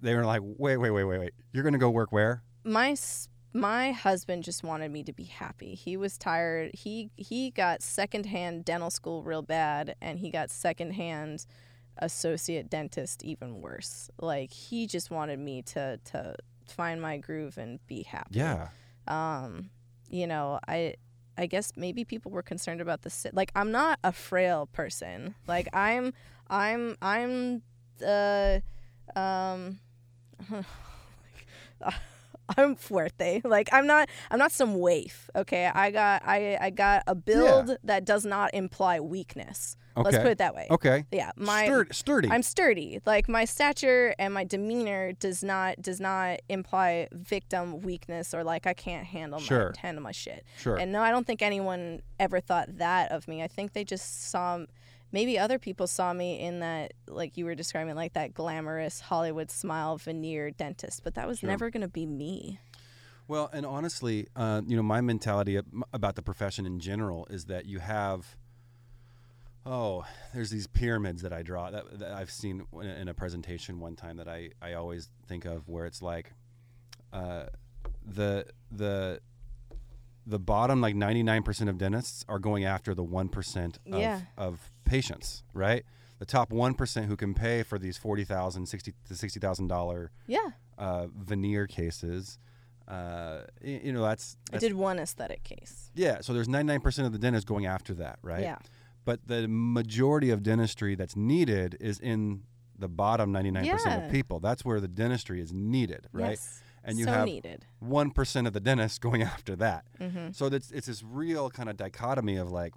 [SPEAKER 1] They were like, wait, wait, wait, wait, wait. You're gonna go work where?
[SPEAKER 2] my s- my husband just wanted me to be happy. He was tired. He he got secondhand dental school real bad, and he got secondhand associate dentist even worse. Like he just wanted me to to find my groove and be happy.
[SPEAKER 1] Yeah.
[SPEAKER 2] Um, you know, I I guess maybe people were concerned about the sit. Like I'm not a frail person. Like I'm I'm I'm uh um. I'm fuerte. Like I'm not I'm not some waif. Okay. I got I I got a build that does not imply weakness. Let's
[SPEAKER 1] Okay.
[SPEAKER 2] put it that way.
[SPEAKER 1] Okay.
[SPEAKER 2] Yeah. My
[SPEAKER 1] Stur- sturdy.
[SPEAKER 2] I'm sturdy. Like my stature and my demeanor does not does not imply victim weakness or like I can't handle
[SPEAKER 1] Sure.
[SPEAKER 2] my handle my shit.
[SPEAKER 1] sure.
[SPEAKER 2] And no, I don't think anyone ever thought that of me. I think they just saw maybe other people saw me in that like you were describing like that glamorous Hollywood smile veneer dentist, but that was
[SPEAKER 1] Sure.
[SPEAKER 2] never going to be me.
[SPEAKER 1] Well, and honestly, uh, you know, my mentality ab- about the profession in general is that you have, oh, there's these pyramids that I draw that, that I've seen in a- in a presentation one time that I, I always think of where it's like, uh, the the the bottom like 99% of dentists are going after the 1% of,
[SPEAKER 2] Yeah.
[SPEAKER 1] of patients, right? The top 1% who can pay for these 40,000 60 to 60,000 dollar
[SPEAKER 2] Yeah.
[SPEAKER 1] uh, veneer cases. Uh, y- you know, that's,
[SPEAKER 2] I
[SPEAKER 1] that's
[SPEAKER 2] did one aesthetic case.
[SPEAKER 1] yeah. So there's 99% of the dentist going after that, right?
[SPEAKER 2] Yeah.
[SPEAKER 1] But the majority of dentistry that's needed is in the bottom 99%
[SPEAKER 2] Yeah.
[SPEAKER 1] of people. That's where the dentistry is needed, right?
[SPEAKER 2] Yes.
[SPEAKER 1] And you
[SPEAKER 2] so
[SPEAKER 1] have
[SPEAKER 2] needed.
[SPEAKER 1] one percent of the dentists going after that.
[SPEAKER 2] Mhm.
[SPEAKER 1] So that's it's this real kind of dichotomy of like,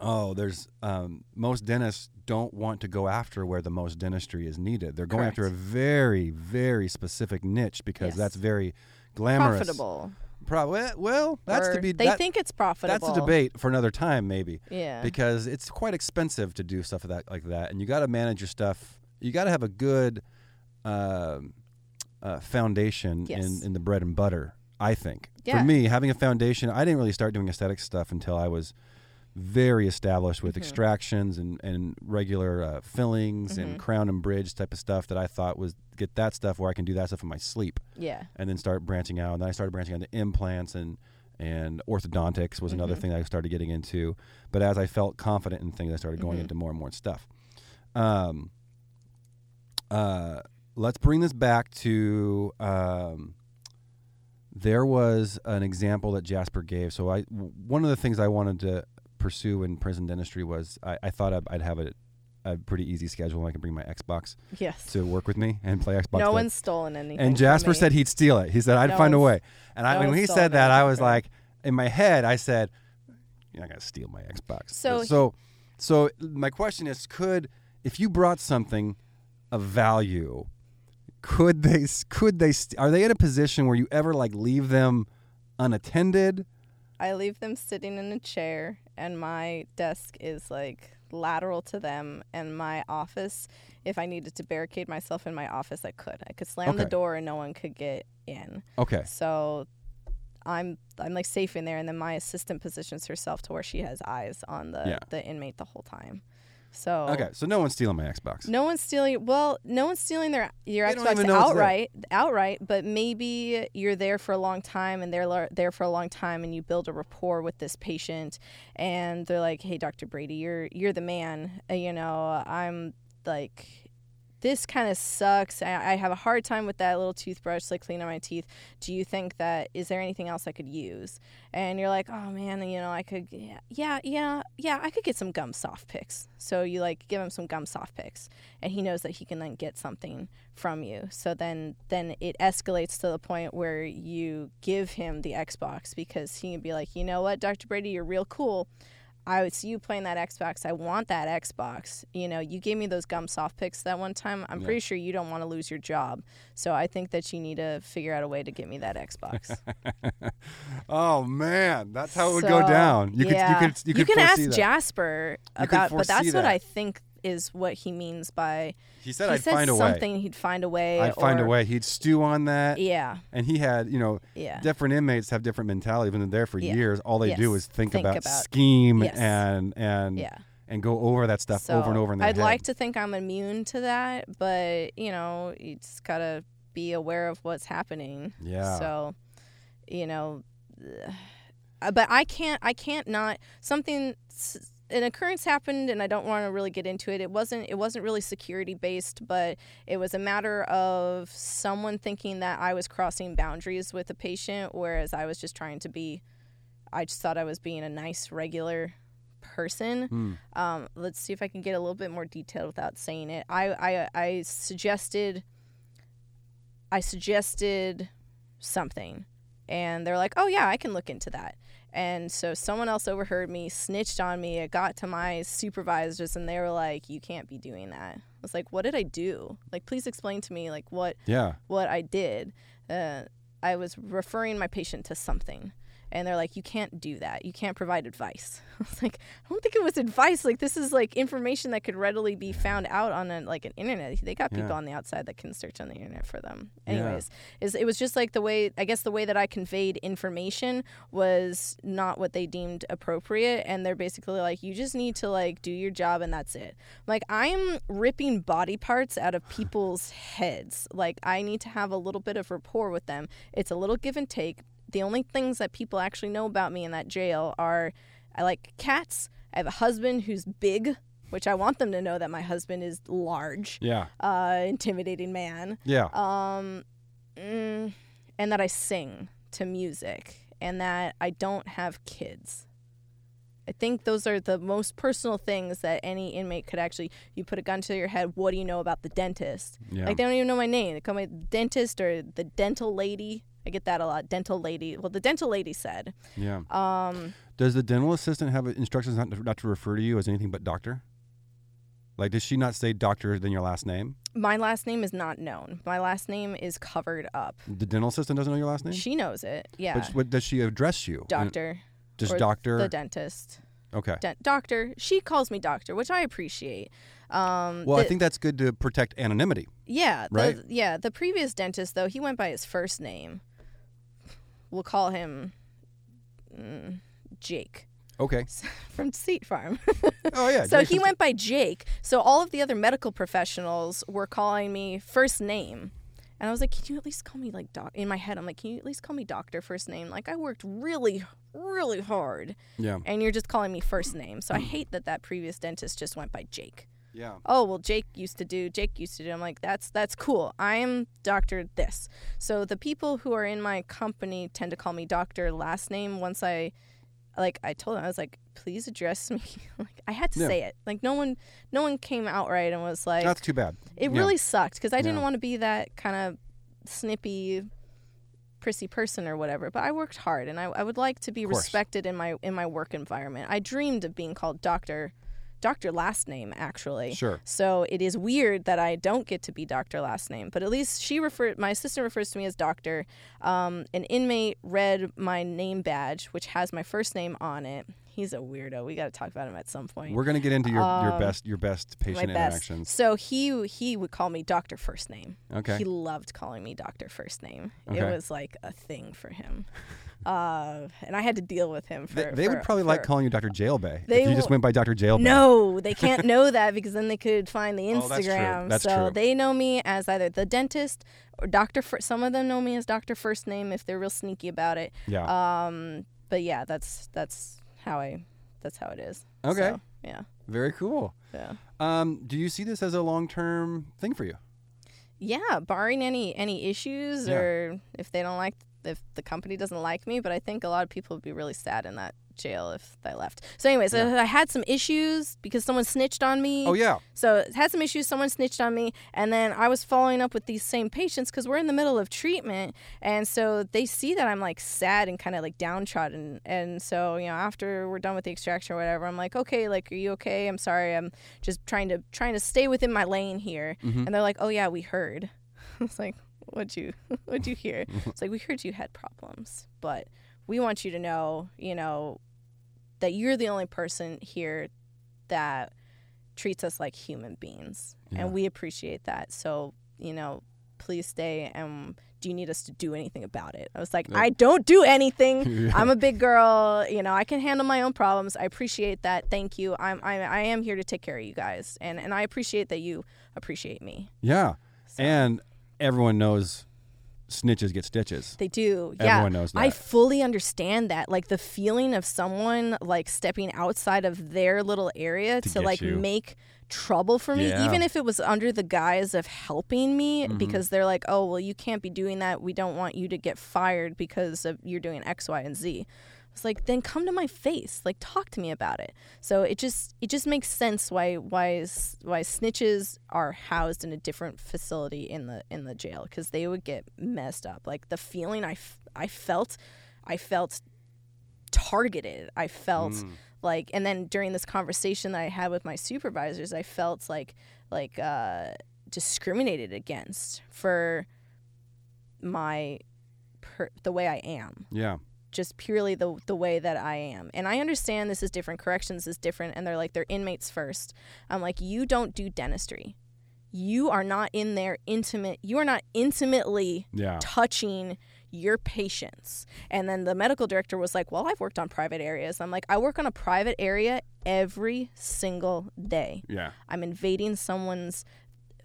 [SPEAKER 1] oh, there's um, most dentists don't want to go after where the most dentistry is needed. They're going after a
[SPEAKER 2] Correct.
[SPEAKER 1] very very specific niche because
[SPEAKER 2] Yes.
[SPEAKER 1] that's very glamorous.
[SPEAKER 2] Profitable.
[SPEAKER 1] Pro- well, well, that's
[SPEAKER 2] or
[SPEAKER 1] to be
[SPEAKER 2] They
[SPEAKER 1] that-
[SPEAKER 2] think it's profitable.
[SPEAKER 1] that's a debate for another time maybe
[SPEAKER 2] Yeah.
[SPEAKER 1] because it's quite expensive to do stuff of that like that, and you got to manage your stuff. You got to have a good um uh, foundation
[SPEAKER 2] Yes.
[SPEAKER 1] in, in the bread and butter. I think
[SPEAKER 2] Yeah.
[SPEAKER 1] for me, having a foundation, I didn't really start doing aesthetic stuff until I was very established
[SPEAKER 2] Mm-hmm.
[SPEAKER 1] with extractions and and regular uh, fillings
[SPEAKER 2] Mm-hmm.
[SPEAKER 1] and crown and bridge type of stuff that I thought was get that stuff where I can do that stuff in my sleep
[SPEAKER 2] yeah.
[SPEAKER 1] and then start branching out. And then I started branching out to implants and and orthodontics was another thing that I started getting into. But as I felt confident in things, I started going into more and more stuff. Um, uh, let's bring this back to. Um, there was an example that Jasper gave. So I, w- one of the things I wanted to pursue in prison dentistry was I, I thought I'd, I'd have a, a pretty easy schedule. and I could bring my Xbox
[SPEAKER 2] Yes.
[SPEAKER 1] to work with me and play Xbox.
[SPEAKER 2] no
[SPEAKER 1] Live.
[SPEAKER 2] one's stolen anything.
[SPEAKER 1] And
[SPEAKER 2] from
[SPEAKER 1] Jasper
[SPEAKER 2] me.
[SPEAKER 1] said he'd steal it. He said I'd
[SPEAKER 2] No
[SPEAKER 1] find a
[SPEAKER 2] one's-
[SPEAKER 1] way. And I,
[SPEAKER 2] no
[SPEAKER 1] when
[SPEAKER 2] one's
[SPEAKER 1] he
[SPEAKER 2] stolen
[SPEAKER 1] said that, I was
[SPEAKER 2] anything.
[SPEAKER 1] like, in my head, I said, "You're not gonna steal my Xbox."
[SPEAKER 2] So-
[SPEAKER 1] so, so my question is, could if you brought something of value, could they? Could they? St- are they in a position where you ever like leave them unattended?
[SPEAKER 2] I leave them sitting in a chair, and my desk is like lateral to them. And my office, if I needed to barricade myself in my office, I could. I could slam the
[SPEAKER 1] Okay.
[SPEAKER 2] door, and no one could get in.
[SPEAKER 1] Okay.
[SPEAKER 2] So I'm I'm like safe in there, and then my assistant positions herself to where she has eyes on the
[SPEAKER 1] Yeah.
[SPEAKER 2] the inmate the whole time. So
[SPEAKER 1] Okay. So no one's stealing my Xbox.
[SPEAKER 2] No one's stealing. Well, no one's stealing their your
[SPEAKER 1] They don't even
[SPEAKER 2] Xbox
[SPEAKER 1] know it's there.
[SPEAKER 2] outright, outright. But maybe you're there for a long time, and they're lar- there for a long time, and you build a rapport with this patient, and they're like, "Hey, Doctor Brady, you're you're the man. Uh, You know, I'm like." This kind of sucks. I, I have a hard time with that little toothbrush, like cleaning my teeth. Do you think that is there anything else I could use? and you're like, oh man, you know, I could, yeah, yeah, yeah, yeah, I could get some gum soft picks. So you like give him some gum soft picks, and he knows that he can then get something from you. So then, then it escalates to the point where you give him the Xbox because he can be like, you know what, Dr. Brady, you're real cool. I see you playing that Xbox. I want that Xbox. You know, you gave me those gum soft picks that one time. I'm
[SPEAKER 1] Yeah.
[SPEAKER 2] pretty sure you don't want to lose your job. So I think that you need to figure out a way to get me that Xbox.
[SPEAKER 1] oh man, that's how it would go down. You
[SPEAKER 2] yeah.
[SPEAKER 1] could, you could, you could
[SPEAKER 2] can ask
[SPEAKER 1] foresee that.
[SPEAKER 2] Jasper
[SPEAKER 1] You could
[SPEAKER 2] about, but
[SPEAKER 1] foresee
[SPEAKER 2] that's what
[SPEAKER 1] that.
[SPEAKER 2] I think is what he means by
[SPEAKER 1] He said
[SPEAKER 2] he
[SPEAKER 1] I'd
[SPEAKER 2] said
[SPEAKER 1] find a way.
[SPEAKER 2] something he'd find a way.
[SPEAKER 1] I'd find a
[SPEAKER 2] or-
[SPEAKER 1] way. He'd stew on that,
[SPEAKER 2] Yeah,
[SPEAKER 1] and he had, you know,
[SPEAKER 2] yeah,
[SPEAKER 1] different inmates have different mentalities. When they're there for
[SPEAKER 2] Yeah.
[SPEAKER 1] years, all they do
[SPEAKER 2] Yes.
[SPEAKER 1] is think,
[SPEAKER 2] Think
[SPEAKER 1] about,
[SPEAKER 2] about-
[SPEAKER 1] scheme
[SPEAKER 2] Yes.
[SPEAKER 1] and and
[SPEAKER 2] yeah.
[SPEAKER 1] and go over that stuff
[SPEAKER 2] so
[SPEAKER 1] over and over in their
[SPEAKER 2] I'd
[SPEAKER 1] head.
[SPEAKER 2] like to think I'm immune to that, but you know, you just gotta be aware of what's happening.
[SPEAKER 1] Yeah.
[SPEAKER 2] So, you know, uh, but I can't. I can't not something. s- An occurrence happened, and I don't want to really get into it. It wasn't. It wasn't really security based, but it was a matter of someone thinking that I was crossing boundaries with a patient, whereas I was just trying to be. I just thought I was being a nice, regular person.
[SPEAKER 1] Hmm.
[SPEAKER 2] Um, let's see if I can get a little bit more detailed without saying it. I, I, I suggested, I suggested something, and they're like, "Oh yeah, I can look into that." And so someone else overheard me, snitched on me. It got to my supervisors, and they were like, "You can't be doing that." I was like, "What did I do? Like, please explain to me, like what
[SPEAKER 1] Yeah.
[SPEAKER 2] what I did. Uh, I was referring my patient to something. And they're like, you can't do that. You can't provide advice. I was like, I don't think it was advice. Like, this is like information that could readily be found out on a, like an internet. They got people
[SPEAKER 1] Yeah.
[SPEAKER 2] on the outside that can search on the internet for them.
[SPEAKER 1] Yeah.
[SPEAKER 2] Anyways, is it was just like the way I guess the way that I conveyed information was not what they deemed appropriate, and they're basically like, you just need to like do your job and that's it. Like I'm ripping body parts out of people's heads. Like I need to have a little bit of rapport with them. It's a little give and take. The only things that people actually know about me in that jail are I like cats. I have a husband who's big, which I want them to know that my husband is large,
[SPEAKER 1] Yeah.
[SPEAKER 2] uh, intimidating man
[SPEAKER 1] Yeah.
[SPEAKER 2] um, mm, and that I sing to music, and that I don't have kids. I think those are the most personal things that any inmate could actually. You put a gun to your head. What do you know about the dentist?
[SPEAKER 1] yeah.
[SPEAKER 2] Like they don't even know my name. They call me dentist or the dental lady. I get that a lot. Dental lady. Well, the dental lady said.
[SPEAKER 1] yeah.
[SPEAKER 2] Um,
[SPEAKER 1] Does the dental assistant have instructions not to, not to refer to you as anything but doctor? Like, does she not say doctor than your last name?
[SPEAKER 2] my last name is not known. My last name is covered up.
[SPEAKER 1] The dental assistant doesn't know your last name.
[SPEAKER 2] She knows it. Yeah,
[SPEAKER 1] But what, does she address you? And
[SPEAKER 2] doctor.
[SPEAKER 1] Just
[SPEAKER 2] or
[SPEAKER 1] doctor.
[SPEAKER 2] The dentist.
[SPEAKER 1] okay.
[SPEAKER 2] Den- doctor. She calls me doctor, which I appreciate. Um,
[SPEAKER 1] Well, I
[SPEAKER 2] the-
[SPEAKER 1] think that's good to protect anonymity.
[SPEAKER 2] yeah, the,
[SPEAKER 1] right?
[SPEAKER 2] yeah. The previous dentist, though, he went by his first name. We'll call him mm, Jake
[SPEAKER 1] Okay.
[SPEAKER 2] from State Farm.
[SPEAKER 1] Oh yeah.
[SPEAKER 2] so he
[SPEAKER 1] Jason's-
[SPEAKER 2] went by Jake. So all of the other medical professionals were calling me first name. And I was like, can you at least call me like doc? In my head, I'm like, can you at least call me doctor first name? Like, I worked really, really hard,
[SPEAKER 1] Yeah.
[SPEAKER 2] and you're just calling me first name.
[SPEAKER 1] Hmm.
[SPEAKER 2] So I hate that that previous dentist just went by Jake.
[SPEAKER 1] Yeah.
[SPEAKER 2] oh well jake used to do jake used to do i'm like that's that's cool i'm doctor this so the people who are in my company tend to call me doctor last name once i like i told them i was like please address me like i had to
[SPEAKER 1] Yeah.
[SPEAKER 2] say it like no one no one came outright and was like
[SPEAKER 1] That's too bad.
[SPEAKER 2] it
[SPEAKER 1] yeah.
[SPEAKER 2] really sucked because i didn't
[SPEAKER 1] Yeah.
[SPEAKER 2] want to be that kind of snippy prissy person or whatever but i worked hard and i, I would like to be
[SPEAKER 1] course.
[SPEAKER 2] respected in my in my work environment i dreamed of being called doctor doctor last name actually
[SPEAKER 1] Sure.
[SPEAKER 2] so it is weird that I don't get to be doctor last name, but at least she referred. My assistant refers to me as doctor. Um, an inmate read my name badge, which has my first name on it. He's a weirdo. We got to talk about him at some point.
[SPEAKER 1] We're gonna get into your, your
[SPEAKER 2] Um,
[SPEAKER 1] best your best
[SPEAKER 2] my
[SPEAKER 1] patient
[SPEAKER 2] best.
[SPEAKER 1] interactions.
[SPEAKER 2] So he he would call me doctor first name.
[SPEAKER 1] Okay.
[SPEAKER 2] He loved calling me doctor first name. It
[SPEAKER 1] Okay.
[SPEAKER 2] was like a thing for him. uh, and I had to deal with him for.
[SPEAKER 1] They, they would
[SPEAKER 2] for-
[SPEAKER 1] probably like
[SPEAKER 2] for-
[SPEAKER 1] calling you Dr. Jailbay
[SPEAKER 2] They
[SPEAKER 1] if you just
[SPEAKER 2] will-
[SPEAKER 1] went by Dr. Jailbay.
[SPEAKER 2] No, they can't know that because then they could find the Instagram.
[SPEAKER 1] Oh, that's true. That's
[SPEAKER 2] so
[SPEAKER 1] true.
[SPEAKER 2] they know me as either the dentist or Dr. Fir- Some of them know me as Dr. First Name if they're real sneaky about it.
[SPEAKER 1] Yeah.
[SPEAKER 2] Um, but yeah, that's that's how I that's how it is.
[SPEAKER 1] Okay.
[SPEAKER 2] So, yeah.
[SPEAKER 1] Very cool.
[SPEAKER 2] Yeah.
[SPEAKER 1] Um, do you see this as a long term thing for you?
[SPEAKER 2] Yeah, barring any any issues
[SPEAKER 1] Yeah.
[SPEAKER 2] or if they don't like if the company doesn't like me, but I think a lot of people would be really sad in that jail if I left. So, anyways, I had some issues because someone snitched on me.
[SPEAKER 1] Oh yeah.
[SPEAKER 2] So I had some issues. Someone snitched on me, and then I was following up with these same patients because we're in the middle of treatment, and so they see that I'm like sad and kind of like downtrodden, and so you know after we're done with the extraction or whatever, I'm like, okay, like, are you okay? I'm sorry, I'm just trying to trying to stay within my lane here, and they're like, oh yeah, we heard. I was like, what'd you what'd you hear? it's like we heard you had problems, but we want you to know, you know, that you're the only person here that treats us like human beings
[SPEAKER 1] Yeah.
[SPEAKER 2] and we appreciate that so you know please stay and do you need us to do anything about it i was like i don't do anything i'm a big girl you know i can handle my own problems i appreciate that thank you i'm, I'm i am here to take care of you guys and and i appreciate that you appreciate me
[SPEAKER 1] Yeah.
[SPEAKER 2] So-
[SPEAKER 1] And everyone knows snitches get stitches.
[SPEAKER 2] They do. Yeah.
[SPEAKER 1] Everyone knows
[SPEAKER 2] I
[SPEAKER 1] that.
[SPEAKER 2] fully understand that. Like the feeling of someone like stepping outside of their little area to,
[SPEAKER 1] get
[SPEAKER 2] like
[SPEAKER 1] you.
[SPEAKER 2] make trouble for me,
[SPEAKER 1] Yeah.
[SPEAKER 2] even if it was under the guise of helping me, because they're like, oh, well, you can't be doing that. We don't want you to get fired because of you're doing X, Y, and Z. It's like then come to my face, like talk to me about it. So it just it just makes sense why why s- why snitches are housed in a different facility in the in the jail because they would get messed up. Like the feeling I, f- I felt, I felt targeted. I felt like, and then during this conversation that I had with my supervisors, I felt like like uh, discriminated against for my per- the way I am
[SPEAKER 1] Yeah.
[SPEAKER 2] just purely the the way that I am. And I understand this is different. Corrections is different, and they're like they're inmates first. I'm like, you don't do dentistry. You are not in there intimate. You are not intimately
[SPEAKER 1] Yeah.
[SPEAKER 2] touching your patients. And then the medical director was like, well, I've worked on private areas. I'm like, I work on a private area every single day.
[SPEAKER 1] Yeah.
[SPEAKER 2] I'm invading someone's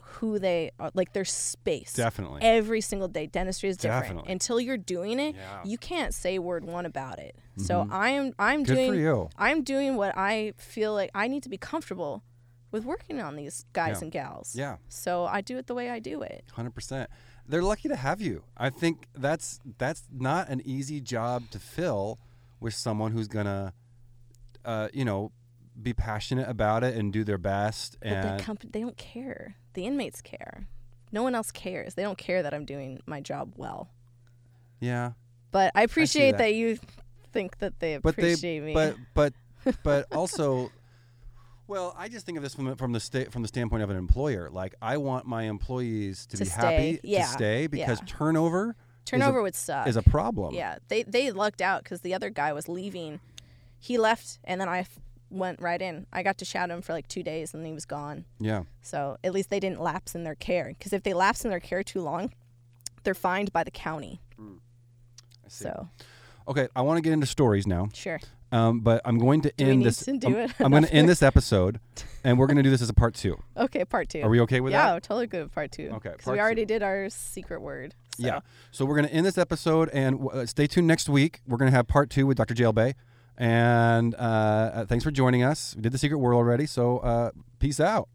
[SPEAKER 2] who they are, like their space.
[SPEAKER 1] Definitely.
[SPEAKER 2] Every single day, dentistry is different.
[SPEAKER 1] Definitely.
[SPEAKER 2] Until you're doing it,
[SPEAKER 1] Yeah. Mm-hmm.
[SPEAKER 2] you can't say word one about it. So I am I'm
[SPEAKER 1] Good
[SPEAKER 2] doing
[SPEAKER 1] for you.
[SPEAKER 2] I'm doing what I feel like I need to be comfortable with working on these guys
[SPEAKER 1] Yeah.
[SPEAKER 2] and gals.
[SPEAKER 1] Yeah.
[SPEAKER 2] So I do it the way I do it.
[SPEAKER 1] Hundred percent. They're lucky to have you. I think that's that's not an easy job to fill with someone who's gonna, uh, you know, be passionate about it and do their best.
[SPEAKER 2] but
[SPEAKER 1] And
[SPEAKER 2] the company they don't care. The inmates care. No one else cares. They don't care that I'm doing my job well.
[SPEAKER 1] yeah,
[SPEAKER 2] But I appreciate
[SPEAKER 1] that.
[SPEAKER 2] that. you think that they
[SPEAKER 1] but
[SPEAKER 2] appreciate
[SPEAKER 1] they,
[SPEAKER 2] me.
[SPEAKER 1] but but but also, well, I just think of this from the- from the state from the standpoint of an employer. Like I want my employees to,
[SPEAKER 2] To
[SPEAKER 1] be
[SPEAKER 2] stay.
[SPEAKER 1] happy
[SPEAKER 2] Yeah.
[SPEAKER 1] to stay because
[SPEAKER 2] Yeah.
[SPEAKER 1] turnover
[SPEAKER 2] Turnover would suck.
[SPEAKER 1] is a problem.
[SPEAKER 2] Yeah, they they lucked out because the other guy was leaving. He left, and then I f- went right in. I got to shadow him for like two days, and then he was gone.
[SPEAKER 1] Yeah.
[SPEAKER 2] So at least they didn't lapse in their care. Because if they lapse in their care too long, they're fined by the county.
[SPEAKER 1] Hmm. I see.
[SPEAKER 2] So
[SPEAKER 1] Okay, I want to get into stories now.
[SPEAKER 2] sure,
[SPEAKER 1] Um, but I'm going to
[SPEAKER 2] we
[SPEAKER 1] end
[SPEAKER 2] need
[SPEAKER 1] this.
[SPEAKER 2] to do
[SPEAKER 1] I'm,
[SPEAKER 2] it
[SPEAKER 1] I'm going to end this episode, and we're going to do this as a part two.
[SPEAKER 2] okay, part two.
[SPEAKER 1] Are we okay with
[SPEAKER 2] yeah,
[SPEAKER 1] that?
[SPEAKER 2] totally good with part two.
[SPEAKER 1] Okay,
[SPEAKER 2] 'Cause
[SPEAKER 1] part
[SPEAKER 2] we
[SPEAKER 1] two.
[SPEAKER 2] already did our secret word. So.
[SPEAKER 1] Yeah. So we're going to end this episode, and w- uh, stay tuned next week. We're going to have part two with Dr. Jail Bay. And uh, uh, thanks for joining us. We did the secret word already, so uh, peace out.